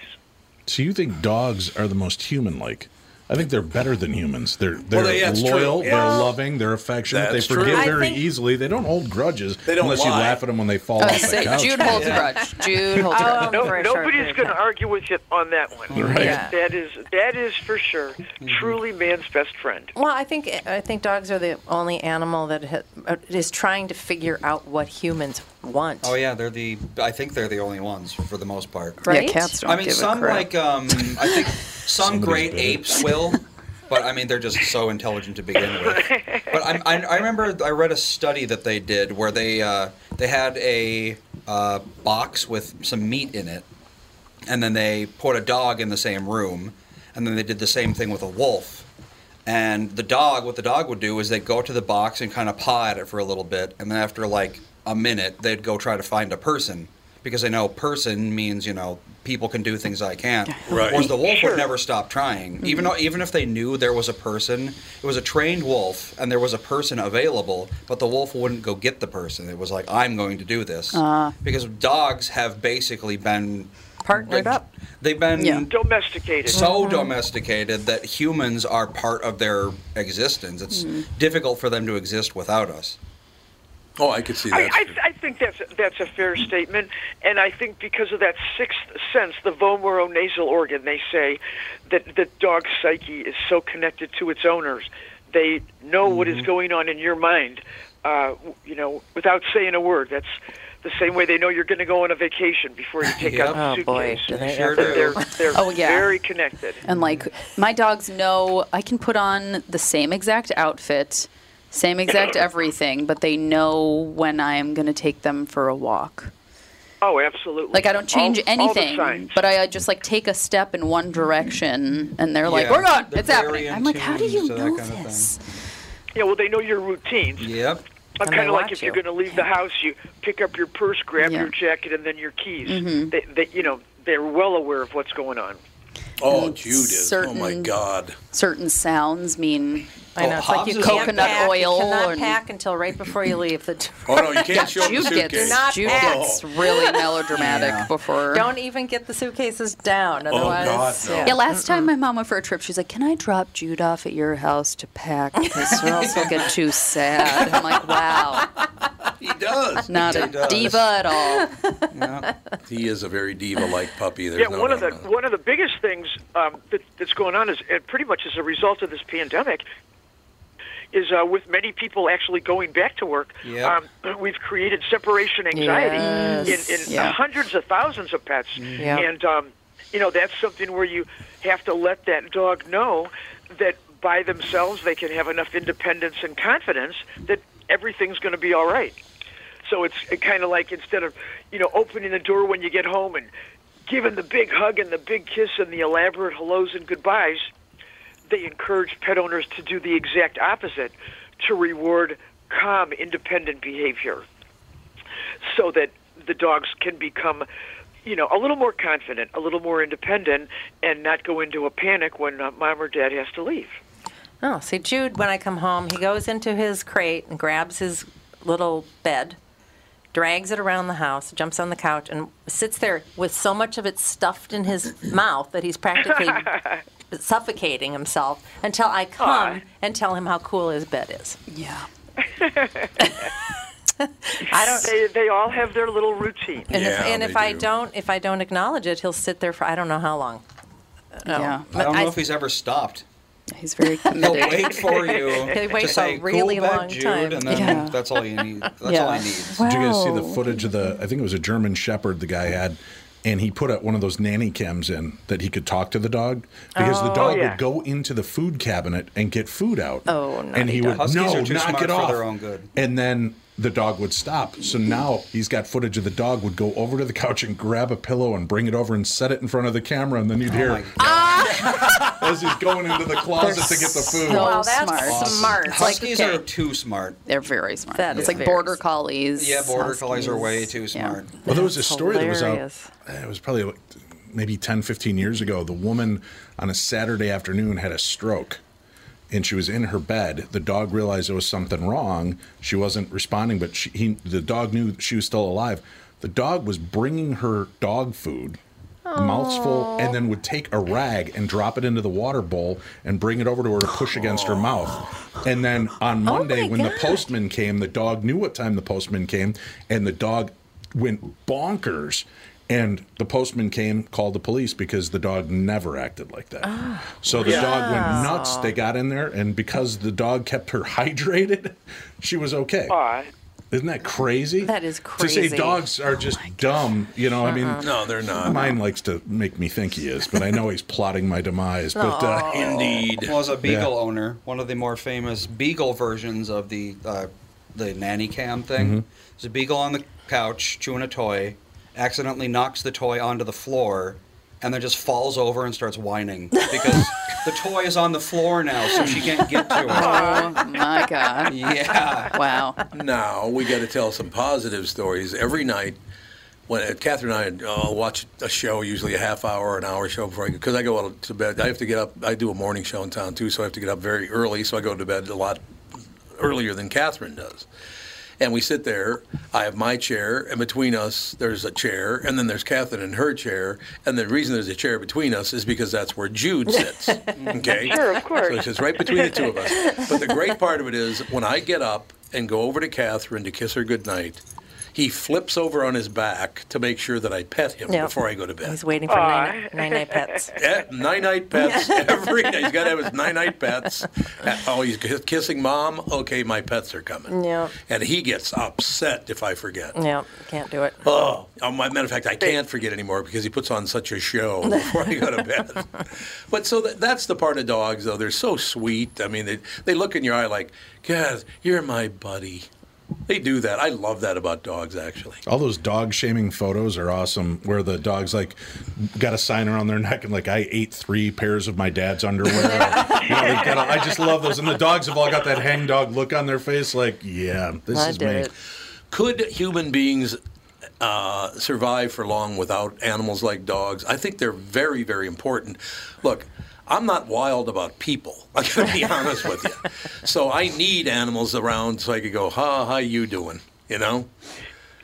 Speaker 8: So you think dogs are the most human-like? I think they're better than humans. They're they're
Speaker 3: they- that's true.
Speaker 8: loyal, they're
Speaker 3: Well,
Speaker 8: loving, they're affectionate. They
Speaker 3: that's true.
Speaker 8: forgive
Speaker 1: I
Speaker 8: very
Speaker 1: think-
Speaker 8: easily. They don't hold grudges
Speaker 3: They don't
Speaker 8: unless you
Speaker 3: lie.
Speaker 8: laugh at them when they fall
Speaker 4: I
Speaker 8: off
Speaker 4: was
Speaker 8: the
Speaker 4: gonna
Speaker 8: couch.
Speaker 4: say, Oh, Jude holds a grudge. Jude holds a grudge.
Speaker 1: No,
Speaker 7: No, nobody's going to argue with you on that one.
Speaker 8: Right.
Speaker 1: Yeah.
Speaker 7: That is that is for sure. Truly, man's best friend.
Speaker 1: Well, I think I think dogs are the only animal that ha- uh, is trying to figure out what humans want.
Speaker 2: Oh yeah, they're the. I think they're the only ones for the most part.
Speaker 1: Right?
Speaker 4: Yeah, cats don't
Speaker 2: I mean,
Speaker 4: give a
Speaker 2: some
Speaker 4: crap.
Speaker 2: like um, I think some great
Speaker 8: bitter.
Speaker 2: apes will, but I mean they're just so intelligent to begin with. But I, I, I remember I read a study that they did where they uh, they had a uh, box with some meat in it, and then they put a dog in the same room, and then they did the same thing with a wolf. And the dog, what the dog would do is they'd go to the box and kind of paw at it for a little bit, and then after like a minute, they'd go try to find a person. because I know person means you know people can do things I can't.
Speaker 3: Right.
Speaker 2: Whereas the wolf would never stop trying,
Speaker 1: Hmm.
Speaker 2: even though even if they knew there was a person, it was a trained wolf and there was a person available, but the wolf wouldn't go get the person. It was like I'm going to do this because dogs have basically been
Speaker 1: Ah. Partnered
Speaker 2: like,
Speaker 1: up.
Speaker 2: They've been
Speaker 4: Yeah.
Speaker 7: Domesticated.
Speaker 1: Uh-huh.
Speaker 2: so domesticated that humans are part of their existence. It's
Speaker 1: Hmm.
Speaker 2: difficult for them to exist without us.
Speaker 3: Oh, I could see
Speaker 7: I,
Speaker 3: that.
Speaker 7: I, I think that's that's a fair statement, and I think because of that sixth sense, the vomeronasal organ, they say that the dog's psyche is so connected to its owners. They know what is going on in your mind, uh, w- you know, without saying a word. That's the same way they know you're going to go on a vacation before you take
Speaker 2: Yep.
Speaker 7: out the
Speaker 1: Oh, boy,
Speaker 7: suitcase.
Speaker 1: do they
Speaker 2: Sure
Speaker 1: ever.
Speaker 2: do.
Speaker 7: They're they're
Speaker 4: Oh, yeah.
Speaker 7: very connected.
Speaker 4: And like my dogs know I can put on the same exact outfit, same exact everything, but they know when I am going to take them for a walk.
Speaker 7: Oh, absolutely.
Speaker 4: Like I don't change
Speaker 7: All- all the
Speaker 4: anything,
Speaker 7: signs.
Speaker 4: but I uh, just like take a step in one direction, and they're like,
Speaker 2: Yeah,
Speaker 4: "We're gone.
Speaker 2: they're
Speaker 4: It's
Speaker 2: very
Speaker 4: happening."
Speaker 2: in
Speaker 4: I'm like, "How do
Speaker 2: tune
Speaker 4: you
Speaker 2: to that
Speaker 4: know
Speaker 2: kind of thing.
Speaker 4: this?"
Speaker 7: Yeah, well, they know your routines.
Speaker 2: Yep.
Speaker 7: I'm
Speaker 1: And they
Speaker 7: kind of like
Speaker 1: watch
Speaker 7: if you're
Speaker 1: you.
Speaker 7: going to leave the house, you pick up your purse, grab
Speaker 4: Yeah.
Speaker 7: your jacket, and then your keys. They, they, you know, they're well aware of what's going on.
Speaker 3: oh, Judas. Oh,
Speaker 4: certain-
Speaker 3: my God.
Speaker 4: Certain sounds mean
Speaker 1: I know.
Speaker 2: Oh,
Speaker 1: It's like you
Speaker 2: Hobbs is
Speaker 1: can't
Speaker 4: coconut
Speaker 1: pack,
Speaker 4: oil
Speaker 1: You cannot
Speaker 4: and-
Speaker 1: pack until right before you leave the
Speaker 3: Oh, no, you can't show up the
Speaker 4: Jude
Speaker 3: suitcase.
Speaker 4: gets
Speaker 1: not
Speaker 4: Jude
Speaker 1: act.
Speaker 4: gets really melodramatic
Speaker 2: Yeah.
Speaker 4: before.
Speaker 1: Don't even get the suitcases down. Otherwise,
Speaker 3: Oh, no.
Speaker 4: yeah, last time my mom went for a trip, she's like, "Can I drop Jude off at your house to pack? Because or else he'll get too sad." I'm like, "Wow,
Speaker 3: He does.
Speaker 4: not a
Speaker 2: does.
Speaker 4: diva at all."
Speaker 2: Yeah.
Speaker 3: He is a very diva-like puppy. There's
Speaker 7: Yeah,
Speaker 3: no
Speaker 7: one of the
Speaker 3: doubt about it.
Speaker 7: one of the biggest things um, that, that's going on is, and pretty much as a result of this pandemic, is uh, with many people actually going back to work.
Speaker 2: Yep.
Speaker 7: Um, we've created separation anxiety
Speaker 4: Yes.
Speaker 7: in, in
Speaker 4: Yeah.
Speaker 7: hundreds of thousands of pets,
Speaker 1: Yeah.
Speaker 7: and um, you know that's something where you have to let that dog know that by themselves they can have enough independence and confidence that everything's going to be all right. So it's kind of like instead of you know opening the door when you get home and giving the big hug and the big kiss and the elaborate hellos and goodbyes, they encourage pet owners to do the exact opposite to reward calm, independent behavior so that the dogs can become you know a little more confident a little more independent and not go into a panic when uh, mom or dad has to leave
Speaker 1: Oh, see, Jude, when I come home, he goes into his crate and grabs his little bed, drags it around the house, jumps on the couch, and sits there with so much of it stuffed in his mouth that he's practically suffocating himself until I come and tell him how cool his bed is.
Speaker 4: Yeah.
Speaker 1: I don't.
Speaker 7: they, they all have their little routine
Speaker 1: And if,
Speaker 3: Yeah,
Speaker 1: and
Speaker 3: they
Speaker 1: if I
Speaker 3: do.
Speaker 1: don't, if I don't acknowledge it, he'll sit there for I don't know how long. No.
Speaker 4: Yeah.
Speaker 2: I don't know
Speaker 1: I-
Speaker 2: if he's ever stopped.
Speaker 4: He's very
Speaker 2: He'll
Speaker 4: committed.
Speaker 2: wait for you
Speaker 1: He'll wait
Speaker 2: to
Speaker 1: for
Speaker 2: say,
Speaker 1: a really
Speaker 2: cool bed,
Speaker 1: long
Speaker 2: Jude,
Speaker 1: time.
Speaker 2: and then
Speaker 4: Yeah.
Speaker 2: that's all you need. That's all
Speaker 4: Yeah.
Speaker 2: I need.
Speaker 8: Did you guys see the
Speaker 4: Wow.
Speaker 8: footage of the? I think it was a German Shepherd the guy had, and he put out one of those nanny cams in that he could talk to the dog because the dog
Speaker 7: yeah.
Speaker 8: would go into the food cabinet and get food out.
Speaker 1: Oh,
Speaker 8: And he
Speaker 1: naughty
Speaker 8: would
Speaker 2: dog. Huskies
Speaker 8: no,
Speaker 2: are too
Speaker 8: knock
Speaker 2: smart
Speaker 8: it
Speaker 2: for
Speaker 8: off.
Speaker 2: their own good.
Speaker 8: And then the dog would stop. So now he's got footage of the dog would go over to the couch and grab a pillow and bring it over and set it in front of the camera, and then you'd
Speaker 2: Oh my
Speaker 8: hear
Speaker 2: God.
Speaker 8: as he's going into the closet to get the food.
Speaker 4: so
Speaker 1: wow, that's
Speaker 4: smart. Awesome.
Speaker 1: smart. It's like,
Speaker 2: Huskies
Speaker 4: okay.
Speaker 2: are too smart.
Speaker 4: They're very smart.
Speaker 1: That
Speaker 4: it's
Speaker 1: is
Speaker 4: like
Speaker 1: very
Speaker 4: border
Speaker 1: smart.
Speaker 4: collies.
Speaker 2: Yeah, border collies are
Speaker 4: huskies.
Speaker 2: way too
Speaker 4: Yeah.
Speaker 2: smart.
Speaker 8: Well, there was a story
Speaker 1: hilarious.
Speaker 8: that was out, uh, it was probably like maybe 10, 15 years ago. The woman on a Saturday afternoon had a stroke and she was in her bed. The dog realized there was something wrong. She wasn't responding, but she, he, the dog knew she was still alive. The dog was bringing her dog food. Mouths full, and then would take a rag and drop it into the water bowl and bring it over to her to push against her mouth. And then on Monday,
Speaker 1: Oh my
Speaker 8: when the
Speaker 1: God.
Speaker 8: post postman came, the dog knew what time the postman came, and the dog went bonkers. And the postman came, called the police because the dog never acted like that.
Speaker 1: Ah,
Speaker 8: so the dog went nuts. They got in there, and because the dog kept her hydrated, she was okay.
Speaker 7: Aw.
Speaker 8: Isn't that crazy?
Speaker 1: That is
Speaker 8: To say
Speaker 1: crazy. Oh
Speaker 8: dogs are just dumb, you know, I
Speaker 1: Uh-uh.
Speaker 8: mean,
Speaker 3: No, they're not.
Speaker 8: mine likes to make me think he is, but I know he's plotting my demise. But uh,
Speaker 3: Indeed.
Speaker 2: Well, as a beagle
Speaker 8: Yeah.
Speaker 2: owner, one of the more famous beagle versions of the uh, the nanny cam thing.
Speaker 3: Mm-hmm.
Speaker 2: There's a beagle on the couch chewing a toy, accidentally knocks the toy onto the floor, and then just falls over and starts whining because the toy is on the floor now, so she can't get to
Speaker 4: Oh my
Speaker 2: it.
Speaker 4: god!
Speaker 2: Yeah.
Speaker 4: Wow.
Speaker 1: Oh.
Speaker 3: Now we got to tell some positive stories. Every night, when Catherine and I uh, watch a show, usually a half hour, an hour show before I go, because I go out to bed. I have to get up. I do a morning show in town too, so I have to get up very early. So I go to bed a lot earlier than Catherine does. And we sit there. I have my chair, and between us, there's a chair, and then there's Catherine and her chair. And the reason there's a chair between us is because that's where Jude sits. Okay?
Speaker 7: Sure, of course.
Speaker 3: So it's just right between the two of us. But the great part of it is when I get up and go over to Catherine to kiss her goodnight, he flips over on his back to make sure that I pet him
Speaker 1: Yeah.
Speaker 3: before I go to bed.
Speaker 1: He's waiting for nine night pets.
Speaker 3: Eh, nine night pets every night. He's got to have his nine night pets. Eh, Oh, he's ki- kissing mom. Okay, my pets are coming.
Speaker 1: Yeah.
Speaker 3: And he gets upset if I forget.
Speaker 1: Yeah, can't do it.
Speaker 3: Oh, oh, my matter of fact, I can't forget anymore because he puts on such a show before I go to bed. but so that, that's the part of dogs, though. They're so sweet. I mean, they, they look in your eye like, God, you're my buddy. They do that. I love that about dogs, actually.
Speaker 8: All those dog shaming photos are awesome where the dog's like got a sign around their neck and like I ate three pairs of my dad's underwear. You know, they've got a- I just love those. And the dogs have all got that hang dog look on their face like, yeah, this
Speaker 1: I
Speaker 8: is
Speaker 1: did
Speaker 8: me.
Speaker 1: it.
Speaker 3: Could human beings uh, survive for long without animals like dogs? I think they're very, very important. Look, I'm not wild about people. I'm going to be honest with you. So I need animals around so I could go, ha, how you doing? You know?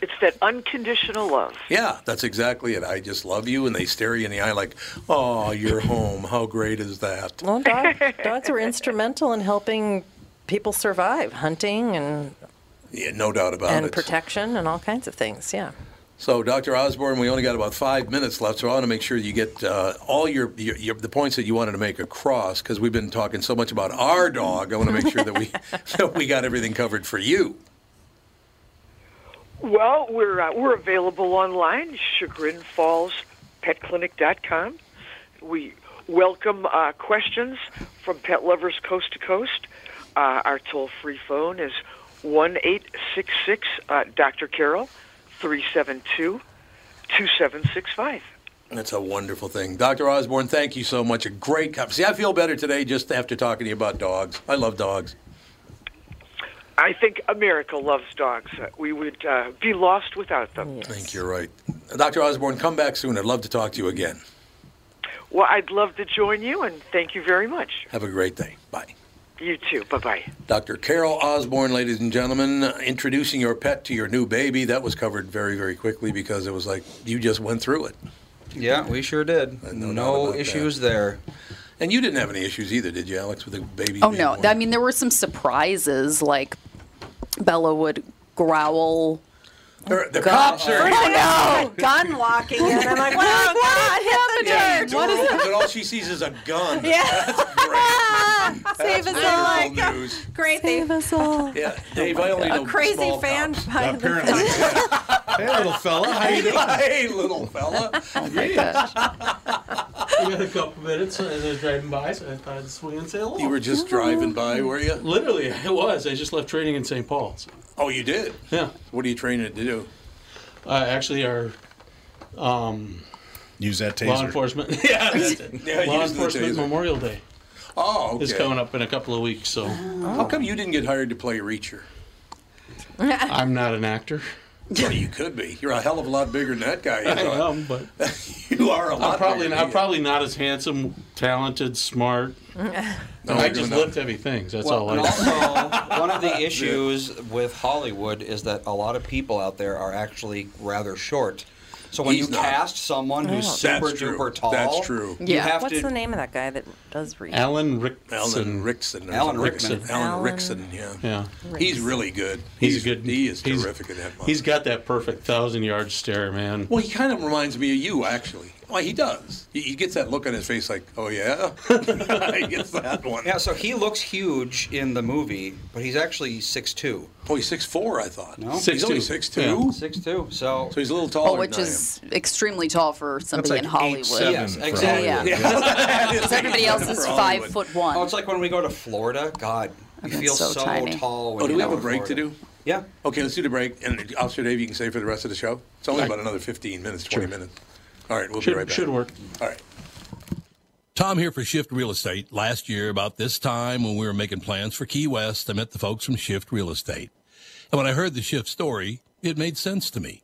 Speaker 7: It's that unconditional love.
Speaker 3: Yeah, that's exactly it. I just love you, and they stare you in the eye like, oh, you're home. How great is that?
Speaker 1: Well, dog, dogs were instrumental in helping people survive, hunting and
Speaker 3: Yeah, no doubt about
Speaker 1: and
Speaker 3: it.
Speaker 1: protection and all kinds of things. Yeah.
Speaker 3: So, Dr. Osborne, we only got about five minutes left, so I want to make sure you get uh, all your, your, your the points that you wanted to make across because we've been talking so much about our dog. I want to make sure that we that we got everything covered for you.
Speaker 7: Well, we're uh, we're available online, chagrinfallspetclinic.com. We welcome uh, questions from pet lovers coast to coast. Uh, our toll-free phone is one eight six six Dr. Carol, three seven two two seven six five.
Speaker 3: That's a wonderful thing, Dr. Osborne. Thank you so much. A great cup. See, I feel better today just after talking to you about dogs. I love dogs.
Speaker 7: I think America loves dogs. Uh, We would uh, be lost without them.
Speaker 3: I think you're right, Dr. Osborne. Come back soon. I'd love to talk to you again.
Speaker 7: Well, I'd love to join you, and thank you very much.
Speaker 3: Have a great day. Bye.
Speaker 7: You too. Bye bye.
Speaker 3: Dr. Carol Osborne, ladies and gentlemen, introducing your pet to your new baby. That was covered very, very quickly because it was like you just went through it.
Speaker 2: Yeah, we sure did.
Speaker 3: no doubt about
Speaker 2: no
Speaker 3: that.
Speaker 2: issues there.
Speaker 3: And you didn't have any issues either, did you, Alex, with the baby?
Speaker 4: Oh
Speaker 3: being
Speaker 4: no!
Speaker 3: born?
Speaker 4: I mean, there were some surprises. Like Bella would growl.
Speaker 3: They're- the cops are.
Speaker 1: Oh no! Gun walking in. I'm like, wow, God, hit the
Speaker 3: Yeah,
Speaker 1: dirt. What is it?
Speaker 3: But all she sees is a gun.
Speaker 1: Yeah.
Speaker 3: That's great.
Speaker 1: Save us all.
Speaker 3: Wonderful news.
Speaker 1: Great. They
Speaker 4: Save us all.
Speaker 3: Yeah, Dave, I only know
Speaker 1: a crazy
Speaker 3: small
Speaker 1: fan
Speaker 3: cops.
Speaker 1: behind the
Speaker 8: Apparently. yeah. Hey, little fella. How you doing?
Speaker 3: Hey, little fella.
Speaker 1: Oh,
Speaker 10: We got a couple minutes, and I was driving by, so I thought I'd swing and say hello.
Speaker 3: You were just driving by, were you?
Speaker 10: Literally, I was. I just left training in St. Paul's.
Speaker 3: Oh, you did.
Speaker 10: Yeah.
Speaker 3: What are you training it to do?
Speaker 10: Uh, actually, our
Speaker 8: Use that taser.
Speaker 10: law enforcement. yeah, that's it.
Speaker 3: Yeah,
Speaker 10: law
Speaker 3: using the
Speaker 10: enforcement
Speaker 3: taser.
Speaker 10: Memorial Day
Speaker 3: Oh, okay.
Speaker 10: is coming up in a couple of weeks, so
Speaker 3: How come you didn't get hired to play Reacher?
Speaker 10: I'm not an actor.
Speaker 3: Well, you could be. You're a hell of a lot bigger than that guy.
Speaker 10: I am, but
Speaker 3: You are a lot.
Speaker 10: I'm probably
Speaker 3: bigger
Speaker 10: not,
Speaker 3: than
Speaker 10: I'm
Speaker 3: he
Speaker 10: probably not as handsome, talented, smart.
Speaker 3: is. No,
Speaker 10: I
Speaker 3: you're
Speaker 10: just
Speaker 3: not.
Speaker 10: lift heavy things. That's all
Speaker 2: and
Speaker 10: I do.
Speaker 2: also, one of the issues with Hollywood is that a lot of people out there are actually rather short. So when
Speaker 3: He's
Speaker 2: you
Speaker 3: not.
Speaker 2: cast someone who's
Speaker 3: Oh. That's
Speaker 2: super
Speaker 3: true.
Speaker 2: duper tall,
Speaker 3: That's true.
Speaker 2: You
Speaker 4: Yeah.
Speaker 2: have
Speaker 1: What's
Speaker 2: to.
Speaker 1: the name of that guy that does read?
Speaker 10: Alan Rickson.
Speaker 3: Alan Rickson. or
Speaker 2: Alan
Speaker 3: something.
Speaker 2: Rickman.
Speaker 3: Alan
Speaker 1: Alan
Speaker 3: Rickson. Yeah.
Speaker 10: Yeah.
Speaker 3: He's really good.
Speaker 10: He's, a good.
Speaker 3: He is
Speaker 10: he's-
Speaker 3: terrific at that. Moment.
Speaker 10: He's got that perfect thousand-yard stare, man.
Speaker 3: Well, he kind of reminds me of you, actually. Well, he does. He, he gets that look on his face, like, "Oh yeah." he gets that one.
Speaker 2: Yeah, so he looks huge in the movie, but he's actually six two.
Speaker 3: Oh, he's six four. I thought.
Speaker 2: No.
Speaker 3: he's only
Speaker 10: 6'2".
Speaker 3: six two.
Speaker 10: Yeah.
Speaker 3: So
Speaker 2: Six two. So
Speaker 3: he's a little taller.
Speaker 4: Oh, which
Speaker 3: than I
Speaker 4: is extremely tall for somebody
Speaker 8: like
Speaker 4: in
Speaker 8: eight,
Speaker 4: Hollywood.
Speaker 8: seven.
Speaker 2: yes,
Speaker 8: for
Speaker 2: exactly.
Speaker 4: Hollywood. Yeah.
Speaker 3: am.
Speaker 4: Because everybody else is
Speaker 3: For
Speaker 4: five
Speaker 3: Hollywood.
Speaker 4: foot one.
Speaker 2: Oh, it's like when we go to Florida. God, you
Speaker 4: it's
Speaker 2: feel
Speaker 4: so
Speaker 2: so,
Speaker 4: tiny.
Speaker 2: tall. When
Speaker 3: Oh, do
Speaker 2: you
Speaker 3: we
Speaker 2: go
Speaker 3: have a break to
Speaker 2: Florida.
Speaker 3: do?
Speaker 2: Yeah.
Speaker 3: Okay, let's do the break. And Officer Dave, you can stay for the rest of the show. It's only about another 15 minutes, 20 minutes. All right, we'll be right
Speaker 10: Should,
Speaker 3: back.
Speaker 10: should work.
Speaker 3: All right. Tom here for Shift Real Estate. Last year, about this time when we were making plans for Key West, I met the folks from Shift Real Estate. And when I heard the Shift story, it made sense to me.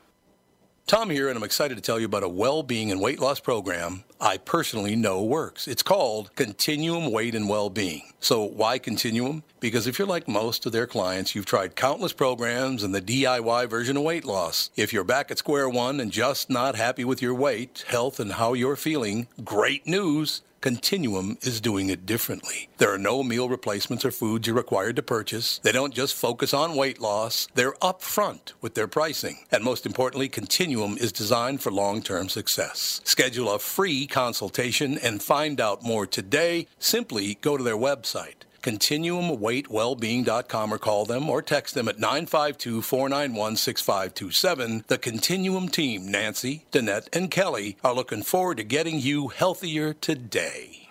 Speaker 3: Tom here, and I'm excited to tell you about a well being and weight loss program I personally know works. It's called Continuum Weight and Well Being. So, why Continuum? Because if you're like most of their clients, you've tried countless programs and the DIY version of weight loss. If you're back at square one and just not happy with your weight, health, and how you're feeling, great news. Continuum is doing it differently. There are no meal replacements or foods you're required to purchase. They don't just focus on weight loss, they're upfront with their pricing. And most importantly, Continuum is designed for long term success. Schedule a free consultation and find out more today. Simply go to their website. ContinuumWeightWellbeing.com or call them or text them at 952 491 6527. The Continuum team, Nancy, Danette, and Kelly, are looking forward to getting you healthier today.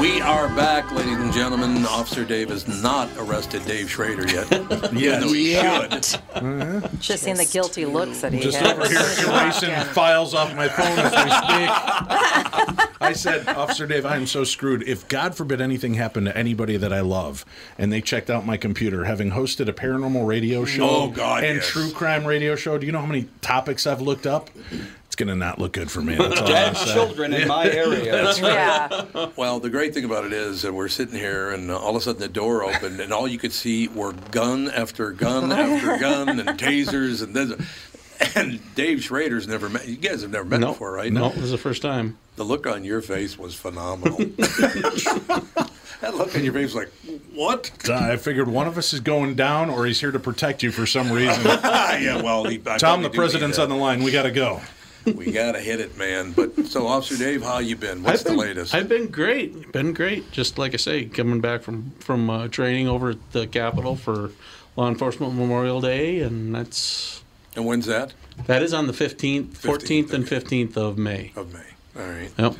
Speaker 3: We are back, ladies and gentlemen. Officer Dave has not arrested Dave Schrader yet. even though he should.
Speaker 1: Just seen the guilty looks that he
Speaker 8: Just
Speaker 1: had.
Speaker 8: over here erasing files off my phone as we speak. I said, Officer Dave, I am so screwed. If God forbid anything happened to anybody that I love, and they checked out my computer, having hosted a paranormal radio show
Speaker 3: Oh, God,
Speaker 8: and
Speaker 3: yes.
Speaker 8: true crime radio show, do you know how many topics I've looked up? It's gonna not look good for me. That's all
Speaker 2: Dead
Speaker 8: I'm saying.
Speaker 2: children in my area.
Speaker 3: That's right.
Speaker 1: Yeah.
Speaker 3: Well, the great thing about it is that we're sitting here, and all of a sudden the door opened, and all you could see were gun after gun after gun, and tasers, and then. And Dave Schrader's never met. You guys have never met before, right?
Speaker 10: No, this is the first time.
Speaker 3: The look on your face was phenomenal. that look on your face was like, what?
Speaker 8: Uh, I figured one of us is going down, or he's here to protect you for some reason.
Speaker 3: yeah, well, he, I
Speaker 8: Tom,
Speaker 3: probably
Speaker 8: the
Speaker 3: do
Speaker 8: president's
Speaker 3: need
Speaker 8: on the line. We gotta go.
Speaker 3: that. We gotta hit it, man. But so, Officer Dave, how you been? What's
Speaker 10: I've been,
Speaker 3: the latest?
Speaker 10: I've been great. Been great. Just like I say, coming back from from uh, training over at the Capitol for Law Enforcement Memorial Day, and that's
Speaker 3: and when's that?
Speaker 10: that is on the fifteenth, fourteenth, and fifteenth of May.
Speaker 3: Of May. All right,
Speaker 10: Yep.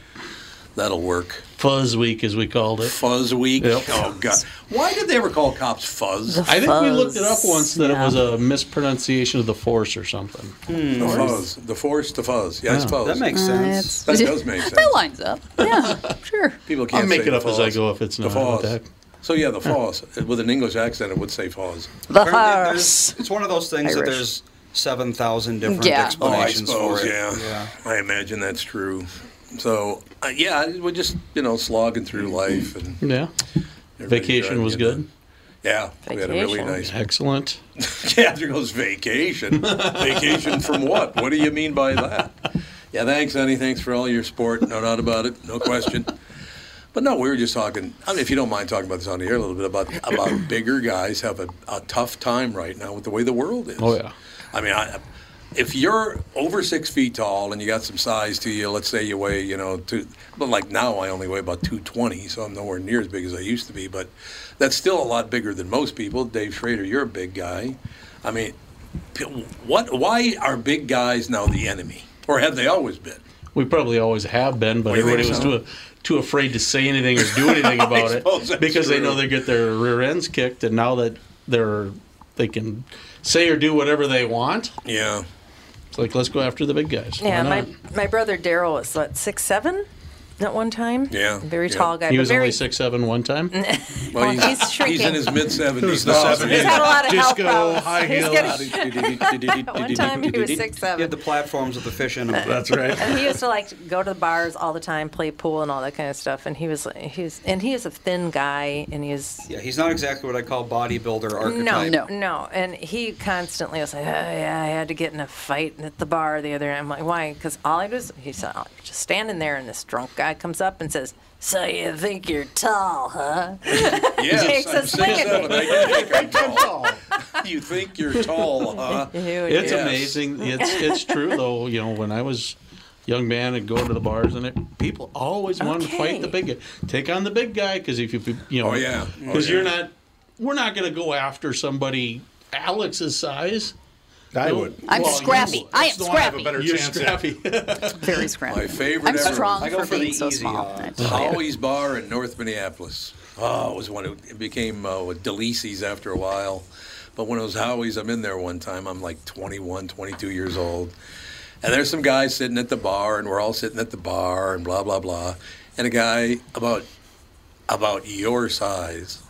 Speaker 3: that'll work.
Speaker 10: Fuzz Week, as we called it.
Speaker 3: Fuzz Week.
Speaker 10: Yep.
Speaker 3: Oh God, why did they ever call cops fuzz?
Speaker 10: I think
Speaker 4: Uh,
Speaker 10: we looked it up
Speaker 3: Fuzz,
Speaker 10: once that
Speaker 3: yeah.
Speaker 10: it was a mispronunciation of the force or something.
Speaker 3: The fuzz, the force, the fuzz. Yeah, I
Speaker 10: Yeah.
Speaker 3: suppose
Speaker 10: That makes Uh, sense.
Speaker 3: That does make sense.
Speaker 9: That lines up. Yeah, sure.
Speaker 3: People
Speaker 10: I'll
Speaker 3: can't
Speaker 10: make
Speaker 3: say
Speaker 10: it
Speaker 3: the
Speaker 10: up as I
Speaker 3: fuzz.
Speaker 10: go if it's
Speaker 3: The
Speaker 10: not. What
Speaker 3: fuzz.
Speaker 10: the heck?
Speaker 3: So yeah, the fuzz. With an English accent, it would say fuzz.
Speaker 2: Apparently there's- It's one of those things that
Speaker 3: Irish.
Speaker 2: there's 7,000 different
Speaker 3: Yeah.
Speaker 2: explanations
Speaker 3: oh, I suppose,
Speaker 2: for it.
Speaker 3: Yeah. I imagine that's true. So uh, yeah, we're just you know slogging through life and
Speaker 10: Yeah. Vacation was good.
Speaker 3: yeah, we had a really nice.
Speaker 10: Excellent.
Speaker 3: yeah, there goes vacation. vacation from what? What do you mean by that? Yeah, thanks, Annie. Thanks for all your support. No doubt about it. No question. But no, we were just talking. I mean, if you don't mind talking about this on the air a little bit about about bigger guys have a, a tough time right now with the way the world is.
Speaker 10: Oh yeah.
Speaker 3: I mean, I, if you're over six feet tall and you got some size to you, let's say you weigh, you know, two, but like now I only weigh about 220, so I'm nowhere near as big as I used to be, but that's still a lot bigger than most people. Dave Schrader, you're a big guy. I mean, p- what? Why are big guys now the enemy, or have they always been?
Speaker 10: We probably always have been, but
Speaker 3: What do you
Speaker 10: everybody
Speaker 3: think
Speaker 10: was
Speaker 3: so?
Speaker 10: too too afraid to say anything or do anything
Speaker 3: I
Speaker 10: about it
Speaker 3: suppose that's
Speaker 10: because they
Speaker 3: true.
Speaker 10: know they get their rear ends kicked, and now that they're they can say or do whatever they want.
Speaker 3: Yeah,
Speaker 10: it's like let's go after the big guys. Why
Speaker 1: Yeah, my
Speaker 10: not?
Speaker 1: my brother Daryl was what six seven, at one time.
Speaker 10: Yeah,
Speaker 1: very tall guy,
Speaker 10: He
Speaker 1: but
Speaker 10: was
Speaker 1: very- Mm,
Speaker 10: only six seven one time.
Speaker 1: Well, he's- he's shrinking. he's in his
Speaker 3: mid-seventies
Speaker 1: He's had a lot of health problems. He's getting- One time he was six
Speaker 2: You
Speaker 1: seven.
Speaker 2: had the platforms with the fish in them.
Speaker 8: That's
Speaker 1: And he used to like go to the bars all the time, play pool and all that kind of stuff. And he was he was and he is a thin guy, and he's
Speaker 2: Yeah, he's not exactly what I call bodybuilder archetype.
Speaker 1: no no. And he constantly was like, oh, yeah, I had to get in a fight at the bar the other. night. I'm like, why? Because all I do is he said, "Oh, just standing there, and this drunk guy comes up and says, "So you think you're tall, huh?"
Speaker 3: Yes,
Speaker 1: Takes
Speaker 3: I'm
Speaker 1: a swing at
Speaker 3: 6'7",
Speaker 1: me.
Speaker 3: I do think I'm tall. you think you're tall, huh?
Speaker 10: It's amazing. It's it's true though. You know, when I was a young man and going to the bars and it, people always wanted to fight the big guy, take on the big guy because if you you know,
Speaker 3: Oh, yeah. Oh,
Speaker 10: because
Speaker 3: yeah.
Speaker 10: you're not, we're not going to go after somebody Alex's size.
Speaker 8: I
Speaker 10: would.
Speaker 9: I'm scrappy. I am scrappy.
Speaker 10: You're scrappy.
Speaker 9: Very scrappy.
Speaker 3: My favorite
Speaker 9: I'm
Speaker 3: ever.
Speaker 9: strong for, being so small. I
Speaker 3: The
Speaker 9: tell you.
Speaker 3: Howie's Bar in North Minneapolis. Oh, it was one. Of, it became uh, with Delisi's after a while, but when it was Howie's, I'm in there one time. I'm like 21, 22 years old, and there's some guys sitting at the bar, and we're all sitting at the bar, and blah blah blah, and a guy about about your size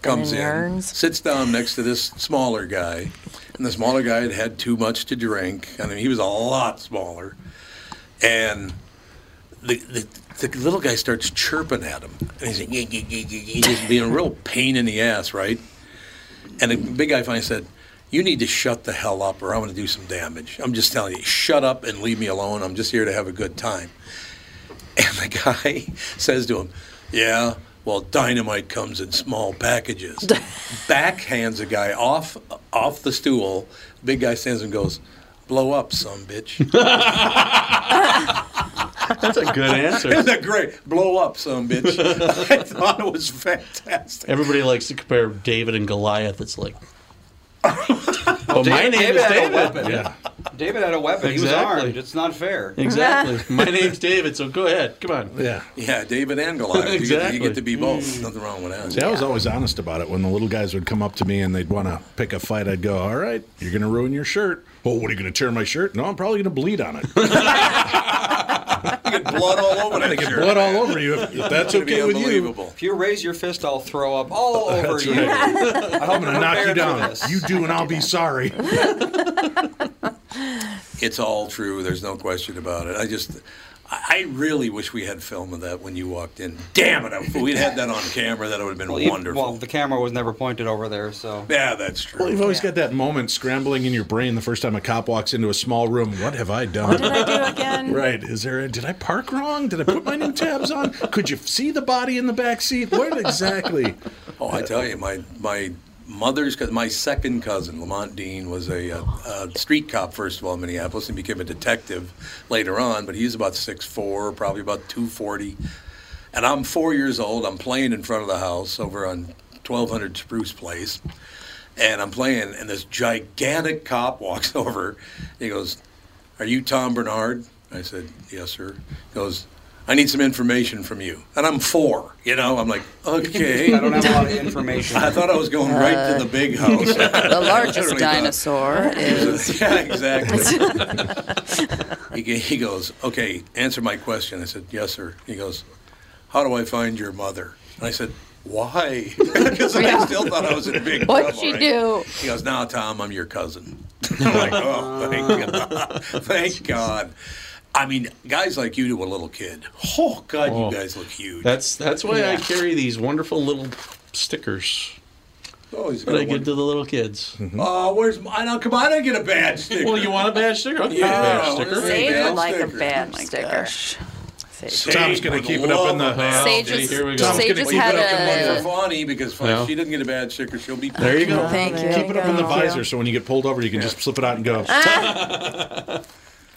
Speaker 3: comes in, sits down next to this smaller guy, and the smaller guy had had too much to drink. I mean, he was a lot smaller, and the, the, the little guy starts chirping at him, and he's like, "Yeah, yeah, yeah, yeah, yeah," just being a real pain in the ass, right? And the big guy finally said, "You need to shut the hell up, or I'm going to do some damage. I'm just telling you, shut up and leave me alone. I'm just here to have a good time." And the guy says to him, "Yeah." Well, dynamite comes in small packages. Backhands a guy off off the stool. Big guy stands and goes, "Blow up, some bitch."
Speaker 10: That's a good answer.
Speaker 3: Isn't that great? Blow up, some bitch. I thought it was fantastic.
Speaker 10: Everybody likes to compare David and Goliath. It's like, but my
Speaker 2: David-
Speaker 10: name
Speaker 2: David
Speaker 10: is
Speaker 2: had a
Speaker 10: David.
Speaker 2: weapon.
Speaker 10: Yeah.
Speaker 2: David had a weapon. He
Speaker 10: Exactly.
Speaker 2: was armed. It's not fair.
Speaker 10: Exactly. My name's David, so go ahead. Come on.
Speaker 8: Yeah.
Speaker 3: Yeah, David and Goliath. You get to- You, get
Speaker 8: Exactly.
Speaker 3: to, be both. Nothing wrong with that.
Speaker 8: See, I was always honest about it. When the little guys would come up to me and they'd want to pick a fight, I'd go, "All right, you're going to ruin your shirt. Oh, what are you going to tear my shirt? No, I'm probably going to bleed on it.
Speaker 3: You get blood all over
Speaker 8: They
Speaker 3: that
Speaker 8: get
Speaker 3: shirt.
Speaker 8: blood all over you if- if that's
Speaker 3: It'd be
Speaker 8: okay with you.
Speaker 3: unbelievable.
Speaker 2: If you raise your fist, I'll throw up all over
Speaker 8: That's
Speaker 2: you.
Speaker 8: right.
Speaker 2: I
Speaker 8: I'm going
Speaker 2: hope
Speaker 8: to
Speaker 2: you're
Speaker 8: knock you
Speaker 2: prepared for
Speaker 8: down.
Speaker 2: this.
Speaker 8: You do, and I'll be sorry.
Speaker 3: It's all true. There's no question about it. I just, I I really wish we had film of that when you walked in. Damn it! If we'd had that on camera, that would have been
Speaker 2: Well, you-
Speaker 3: wonderful.
Speaker 2: Well, the camera was never pointed over there, so.
Speaker 3: Yeah, that's true.
Speaker 8: Well, you've always got that moment scrambling in your brain the first time a cop walks into a small room. What have I done? What did I do again? Right? Is there? A, did I park wrong? Did I put my new tabs on? Could you see the body in the back seat? What exactly?
Speaker 3: Oh, I tell you, my my mother's cou- my second cousin, Lamont Dean, was a, uh uh street cop first of all in Minneapolis and became a detective later on. But he's about six four, probably about two forty, and I'm four years old. I'm playing in front of the house over on twelve hundred Spruce Place, and I'm playing, and this gigantic cop walks over. He goes, "Are you Tom Bernard?" I said, "Yes, sir." He goes. I need some information from you. And I'm four, you know? I'm like, okay.
Speaker 2: I don't have a lot of information.
Speaker 3: I thought I was going right to the big house.
Speaker 4: Uh, the largest
Speaker 3: Literally
Speaker 4: dinosaur is.
Speaker 3: yeah, exactly. he, g- he goes, okay, answer my question. I said, yes, sir. He goes, how do I find your mother? And I said, why? Because I still thought I was in big
Speaker 4: What'd
Speaker 3: trouble.
Speaker 4: she
Speaker 2: Oh
Speaker 4: do?
Speaker 3: He goes, now, Tom, I'm your cousin. I'm like, oh, thank God. thank God. I mean, guys like you to a little kid. Oh, God,
Speaker 10: Oh.
Speaker 3: you guys look huge.
Speaker 10: That's that's why I
Speaker 3: Yeah.
Speaker 10: carry these wonderful little stickers
Speaker 3: Oh, he's
Speaker 10: that I
Speaker 3: got
Speaker 10: give
Speaker 3: one.
Speaker 10: to the little kids.
Speaker 3: Oh, where's my? Now, come on, I get a badge sticker.
Speaker 10: Well, you want a badge sticker? I'll give you a
Speaker 3: Yeah,
Speaker 10: badge
Speaker 3: what
Speaker 10: sticker.
Speaker 3: is a
Speaker 1: David
Speaker 3: badge
Speaker 1: like a
Speaker 3: sticker?
Speaker 1: badge sticker. Sage.
Speaker 8: Tom's going to keep it up in the.
Speaker 4: Sage
Speaker 8: Tom's
Speaker 4: is-
Speaker 8: gonna
Speaker 4: Sage
Speaker 8: keep
Speaker 4: just
Speaker 8: it
Speaker 4: had
Speaker 8: up in
Speaker 4: a-
Speaker 8: the-
Speaker 4: Yeah.
Speaker 3: For Fawny, because Fawny,
Speaker 8: Yeah.
Speaker 3: she doesn't get a bad sticker. She'll be.
Speaker 8: There you go.
Speaker 4: Thank you.
Speaker 8: Keep it up in the
Speaker 4: Thank you.
Speaker 8: visor so when you get pulled over, you can just slip it out and go.
Speaker 4: Ah.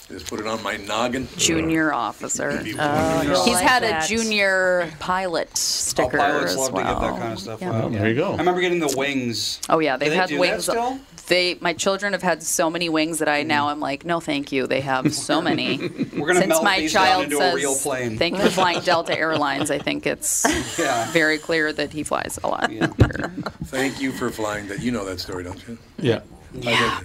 Speaker 3: Just put it on my noggin.
Speaker 4: Junior officer.
Speaker 3: He'd be
Speaker 2: uh,
Speaker 4: Oh,
Speaker 3: wonderful.
Speaker 4: he's had
Speaker 1: that.
Speaker 4: a junior pilot sticker
Speaker 2: Oh, pilots
Speaker 4: as
Speaker 2: love
Speaker 4: well.
Speaker 2: to get that kind of stuff.
Speaker 4: Yeah.
Speaker 2: out.
Speaker 10: Oh,
Speaker 8: Oh,
Speaker 10: There you go.
Speaker 2: I remember getting the wings.
Speaker 4: Oh yeah,
Speaker 2: Do
Speaker 4: they've
Speaker 2: they
Speaker 4: had
Speaker 2: do that
Speaker 4: wings.
Speaker 2: still?
Speaker 4: They, my children have had so many wings that
Speaker 2: Mm-hmm.
Speaker 4: I now am like, no, thank you. They have so many.
Speaker 2: We're gonna
Speaker 4: Since
Speaker 2: melt
Speaker 4: my
Speaker 2: these down
Speaker 4: child
Speaker 2: into a
Speaker 4: says,
Speaker 2: real plane.
Speaker 4: thank you for flying Delta Airlines. I think it's
Speaker 3: Yeah.
Speaker 4: very clear that he flies a lot.
Speaker 3: Thank you for flying that. You know that story, don't you?
Speaker 10: Yeah.
Speaker 3: Yeah.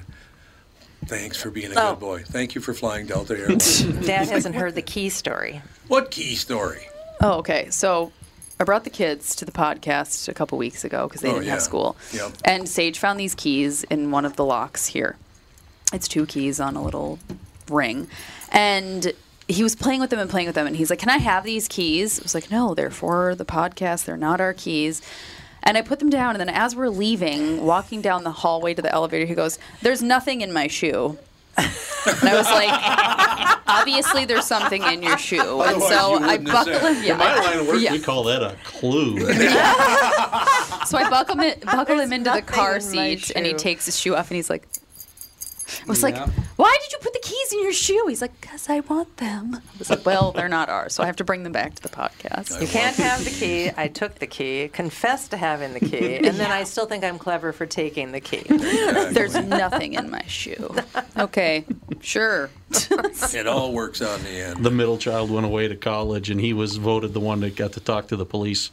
Speaker 3: Thanks for being a
Speaker 1: Oh.
Speaker 3: good boy. Thank you for flying Delta Airlines.
Speaker 1: Dad hasn't heard the key story.
Speaker 3: what key story?
Speaker 4: Oh, okay. So I brought the kids to the podcast a couple weeks ago because they
Speaker 3: Oh,
Speaker 4: didn't
Speaker 3: yeah.
Speaker 4: have school.
Speaker 3: Yep.
Speaker 4: And Sage found these keys in one of the locks here. It's two keys on a little ring. And he was playing with them and playing with them. And he's like, Can I have these keys? I was like, No, they're for the podcast. They're not our keys. And I put them down. And then as we're leaving, walking down the hallway to the elevator, he goes, There's nothing in my shoe. and I was like, obviously there's something in your shoe. And
Speaker 10: Otherwise
Speaker 4: so
Speaker 10: you
Speaker 4: I
Speaker 10: wouldn't have
Speaker 4: buckle
Speaker 10: said.
Speaker 4: him. Yeah,
Speaker 10: In my line of work,
Speaker 4: yeah.
Speaker 10: we call that a clue.
Speaker 4: So I buckle him, buckle him into the car
Speaker 1: in my
Speaker 4: seat, and he
Speaker 1: shoe.
Speaker 4: takes his shoe off, and he's like, I was
Speaker 1: Yeah.
Speaker 4: like, why did you put the keys in your shoe? He's like, because I want them. I was like, well, they're not ours, so I have to bring them back to the podcast.
Speaker 1: You can't have the key. I took the key, confessed to having the key, and then I still think I'm clever for taking the key.
Speaker 4: There's nothing in my shoe. Okay, sure.
Speaker 3: It all works out in the end.
Speaker 10: the middle child went away to college, and he was voted the one that got to talk to the police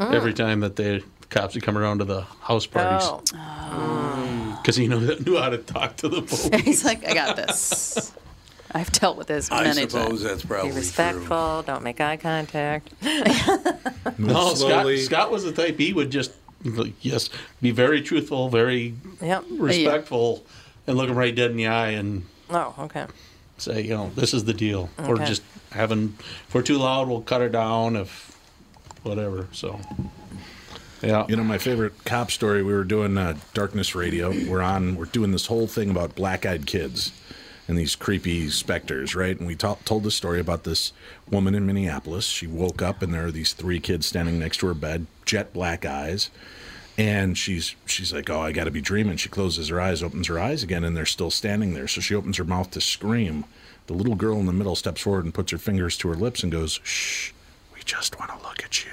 Speaker 10: every time that they, the cops would come around to the house parties
Speaker 1: Oh.
Speaker 10: because he knew, knew how to talk to the police.
Speaker 4: He's like, I got this. I've dealt with this
Speaker 3: I
Speaker 4: many
Speaker 3: suppose
Speaker 4: times.
Speaker 3: that's probably
Speaker 1: Be respectful. Don't make eye contact.
Speaker 10: No, Oh, Scott,
Speaker 8: slowly.
Speaker 10: Scott was the type he would just like, yes, be very truthful, very
Speaker 1: Yep.
Speaker 10: respectful, and look him right dead in the eye and
Speaker 1: Oh, okay.
Speaker 10: say, you know, this is the deal, or
Speaker 1: Okay.
Speaker 10: just having if we're too loud, we'll cut her down if whatever. So Yeah.
Speaker 8: You know, my favorite cop story, we were doing uh, Darkness Radio. We're on, we're doing this whole thing about black eyed kids and these creepy specters, right? And we ta- told the story about this woman in Minneapolis. She woke up and there are these three kids standing next to her bed, jet black eyes. And she's she's like, oh, I got to be dreaming. She closes her eyes, opens her eyes again, and they're still standing there. So she opens her mouth to scream. The little girl in the middle steps forward and puts her fingers to her lips and goes, "Shh, we just want to look at you."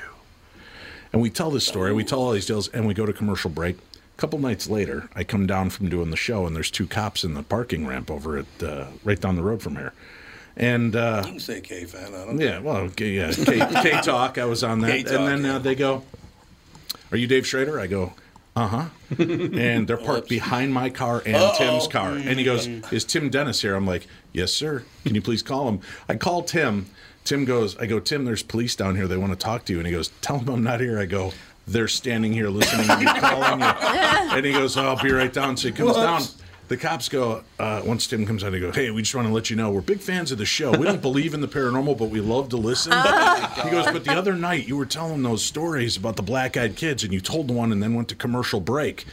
Speaker 8: And we tell this story, we tell all these deals, and we go to commercial break. A couple nights later, I come down from doing the show, and there's two cops in the parking ramp over at uh, right down the road from here. And uh,
Speaker 3: You can say K fan. I don't know.
Speaker 8: yeah, well, K- yeah, K, K Talk, I was on that.
Speaker 3: K-Talk,
Speaker 8: and then uh, they go, Are you Dave Schrader? I go, Uh huh. and they're parked behind my car and
Speaker 3: Uh-oh.
Speaker 8: Tim's car. And he goes, Is Tim Dennis here? I'm like, Yes, sir. Can you please call him? I call Tim. Tim goes, I go, Tim, there's police down here. They want to talk to you. And he goes, Tell them I'm not here. I go, They're standing here listening to me calling you. And he goes, oh, I'll be right down. So he comes down. The cops go, uh, once Tim comes out, they go, Hey, we just want to let you know we're big fans of the show. We don't believe in the paranormal, but we love to listen. he goes, But the other night you were telling those stories about the black eyed kids, and you told one and then went to commercial break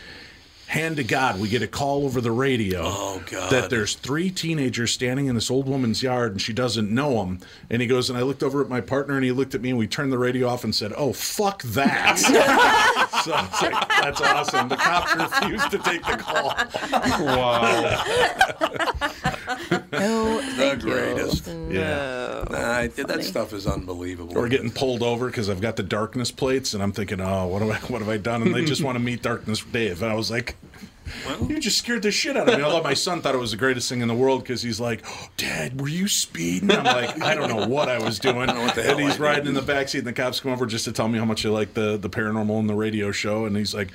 Speaker 8: hand to God, we get a call over the radio
Speaker 3: God.
Speaker 8: that there's three teenagers standing in this old woman's yard and she doesn't know them. And he goes, and I looked over at my partner and he looked at me and we turned the radio off and said, oh, fuck that. so it's like, that's awesome. The cops refused to take the call.
Speaker 10: Wow.
Speaker 3: the greatest.
Speaker 8: Yeah.
Speaker 3: Nah, I- that stuff is unbelievable.
Speaker 8: Or getting pulled over because I've got the darkness plates and I'm thinking, oh, what, do I, what have I done? And they just want to meet Darkness Dave. And I was like, you just scared the shit out of me. Although my son thought it was the greatest thing in the world because he's like, "Oh, Dad, were you speeding? I'm like, I don't know what I was doing.
Speaker 3: know what the hell
Speaker 8: and he's
Speaker 3: I
Speaker 8: riding in the backseat, and the cops come over just to tell me how much they like the, the paranormal and the radio show. And he's like,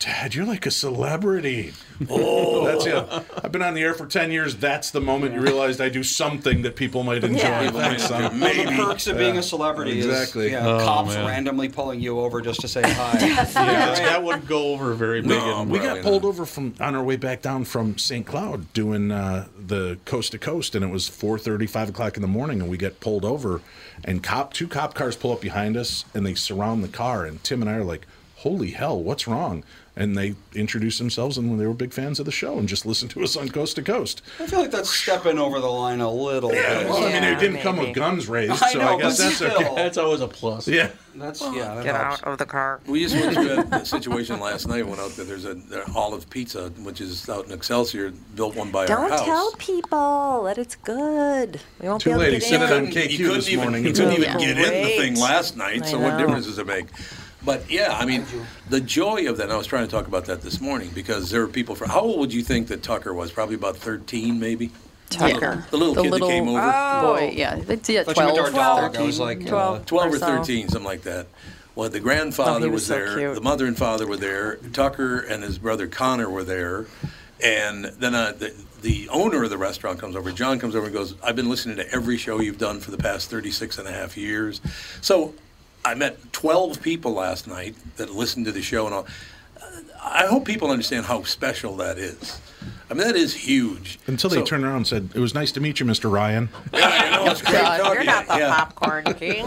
Speaker 8: Dad, you're like a celebrity. Oh, that's it. I've been on the air for 10 years. That's the moment you realized I do something that people might enjoy.
Speaker 2: Yeah.
Speaker 8: Thanks, son.
Speaker 2: One of the perks of being
Speaker 8: Yeah.
Speaker 2: a celebrity
Speaker 8: Exactly. Oh,
Speaker 2: is yeah, cops randomly pulling you over just to say hi.
Speaker 10: yeah, that wouldn't go over very big.
Speaker 3: No,
Speaker 10: in-
Speaker 8: We
Speaker 3: Probably
Speaker 8: got pulled over from on our way back down from St. Cloud doing uh, the coast to coast, and it was 4:30, 5 o'clock in the morning, and we get pulled over, and cop two cop cars pull up behind us, and they surround the car, and Tim and I are like, holy hell, what's wrong? And they introduced themselves and they were big fans of the show and just listened to us on Coast to Coast.
Speaker 2: I feel like that's stepping over the line a little
Speaker 8: Yeah,
Speaker 2: bit.
Speaker 8: well, I mean, they didn't come with guns raised, so I guess that's okay.
Speaker 10: That's always a plus.
Speaker 8: Yeah.
Speaker 2: That's
Speaker 10: Well,
Speaker 2: yeah. That
Speaker 10: get
Speaker 2: helps.
Speaker 1: out of the car.
Speaker 3: We just went through a situation last night. Went out there. There's a there, Olive Pizza, which is out in Excelsior, built one by our
Speaker 1: Don't
Speaker 3: house.
Speaker 1: tell people that it's good. We won't
Speaker 3: Two
Speaker 1: be able
Speaker 3: ladies
Speaker 1: to get
Speaker 3: sit
Speaker 1: in.
Speaker 3: on KQ You couldn't this even- morning. you couldn't even get in the thing last night, so what difference does it make? But yeah, I mean, the joy of that. And I was trying to talk about that this morning because there were people from. How old would you think that Tucker was? Probably about thirteen, maybe.
Speaker 4: Tucker.
Speaker 3: the little
Speaker 4: The
Speaker 3: kid
Speaker 4: little
Speaker 3: that came over.
Speaker 1: Oh.
Speaker 4: boy, yeah. It's, yeah,
Speaker 3: Thought you meant
Speaker 4: 12.
Speaker 3: our dog. I
Speaker 4: 13,
Speaker 3: was like, uh,
Speaker 4: yeah.
Speaker 3: 12,
Speaker 4: 12
Speaker 3: or 13, something like that. Well, the
Speaker 4: Oh,
Speaker 3: grandfather
Speaker 4: he was
Speaker 3: was,
Speaker 4: so
Speaker 3: there,
Speaker 4: cute.
Speaker 3: the mother and father were there, Tucker and his brother Connor were there, and then uh, the, the owner of the restaurant comes over. John comes over and goes, I've been listening to every show you've done for the past 36 and a half years. So I met 12 people last night that listened to the show and all. Uh, I hope people understand how special that is. I mean, that is huge.
Speaker 8: Until they turned around and said, It was nice to meet you, Mr. Ryan.
Speaker 1: You're not the popcorn king.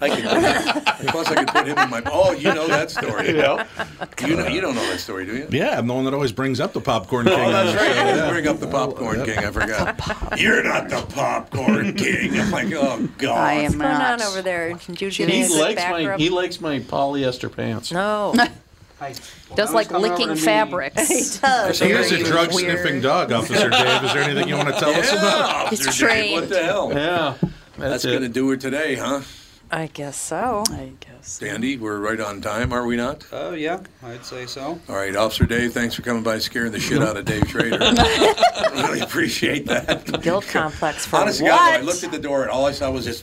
Speaker 3: I could, plus, I could put him in my. Oh, you know that story. You know, you don't know that story, do you?
Speaker 8: Yeah, I'm the one that always brings up the popcorn king.
Speaker 3: Oh, that's
Speaker 8: on the
Speaker 3: right.
Speaker 8: show,
Speaker 3: You always
Speaker 8: yeah.
Speaker 3: bring up the popcorn king. I forgot. You're not the popcorn king. I'm like, oh god.
Speaker 1: I am What's going on over there? Juju
Speaker 10: He
Speaker 1: in the
Speaker 10: likes
Speaker 1: back
Speaker 10: my
Speaker 1: room.
Speaker 10: he likes my polyester pants.
Speaker 1: No.
Speaker 2: uh,
Speaker 4: Does like licking fabrics.
Speaker 1: he
Speaker 8: So here's a drug sniffing dog, Officer Dave. Is there anything you want to tell us about?
Speaker 3: Officer Dave, What the hell?
Speaker 10: Yeah.
Speaker 3: That's, gonna do it today, huh?
Speaker 1: I guess so.
Speaker 4: I guess.
Speaker 3: Sandy, we're right on time, are we not?
Speaker 2: Uh, yeah, I'd say so.
Speaker 3: All right, Officer Dave, thanks for coming by, scaring the shit out of Dave Schrader. really appreciate that.
Speaker 1: Guilt complex for
Speaker 3: Honestly,
Speaker 1: what?
Speaker 3: I looked at the door and all I saw was this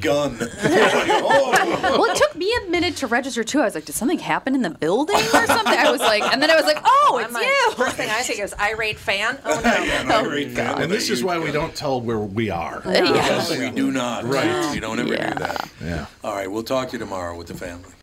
Speaker 3: gun. Oh,
Speaker 4: well, it took me a minute to register too. I was like, did something happen in the building or something? I was like, and then I was like, oh, it's you.
Speaker 1: First thing I think is irate fan. Oh
Speaker 8: And this is why we don't tell where we are.
Speaker 3: we do not.
Speaker 8: Right.
Speaker 3: You don't ever do that.
Speaker 8: Yeah.
Speaker 3: All right, we'll talk to you tomorrow with the family.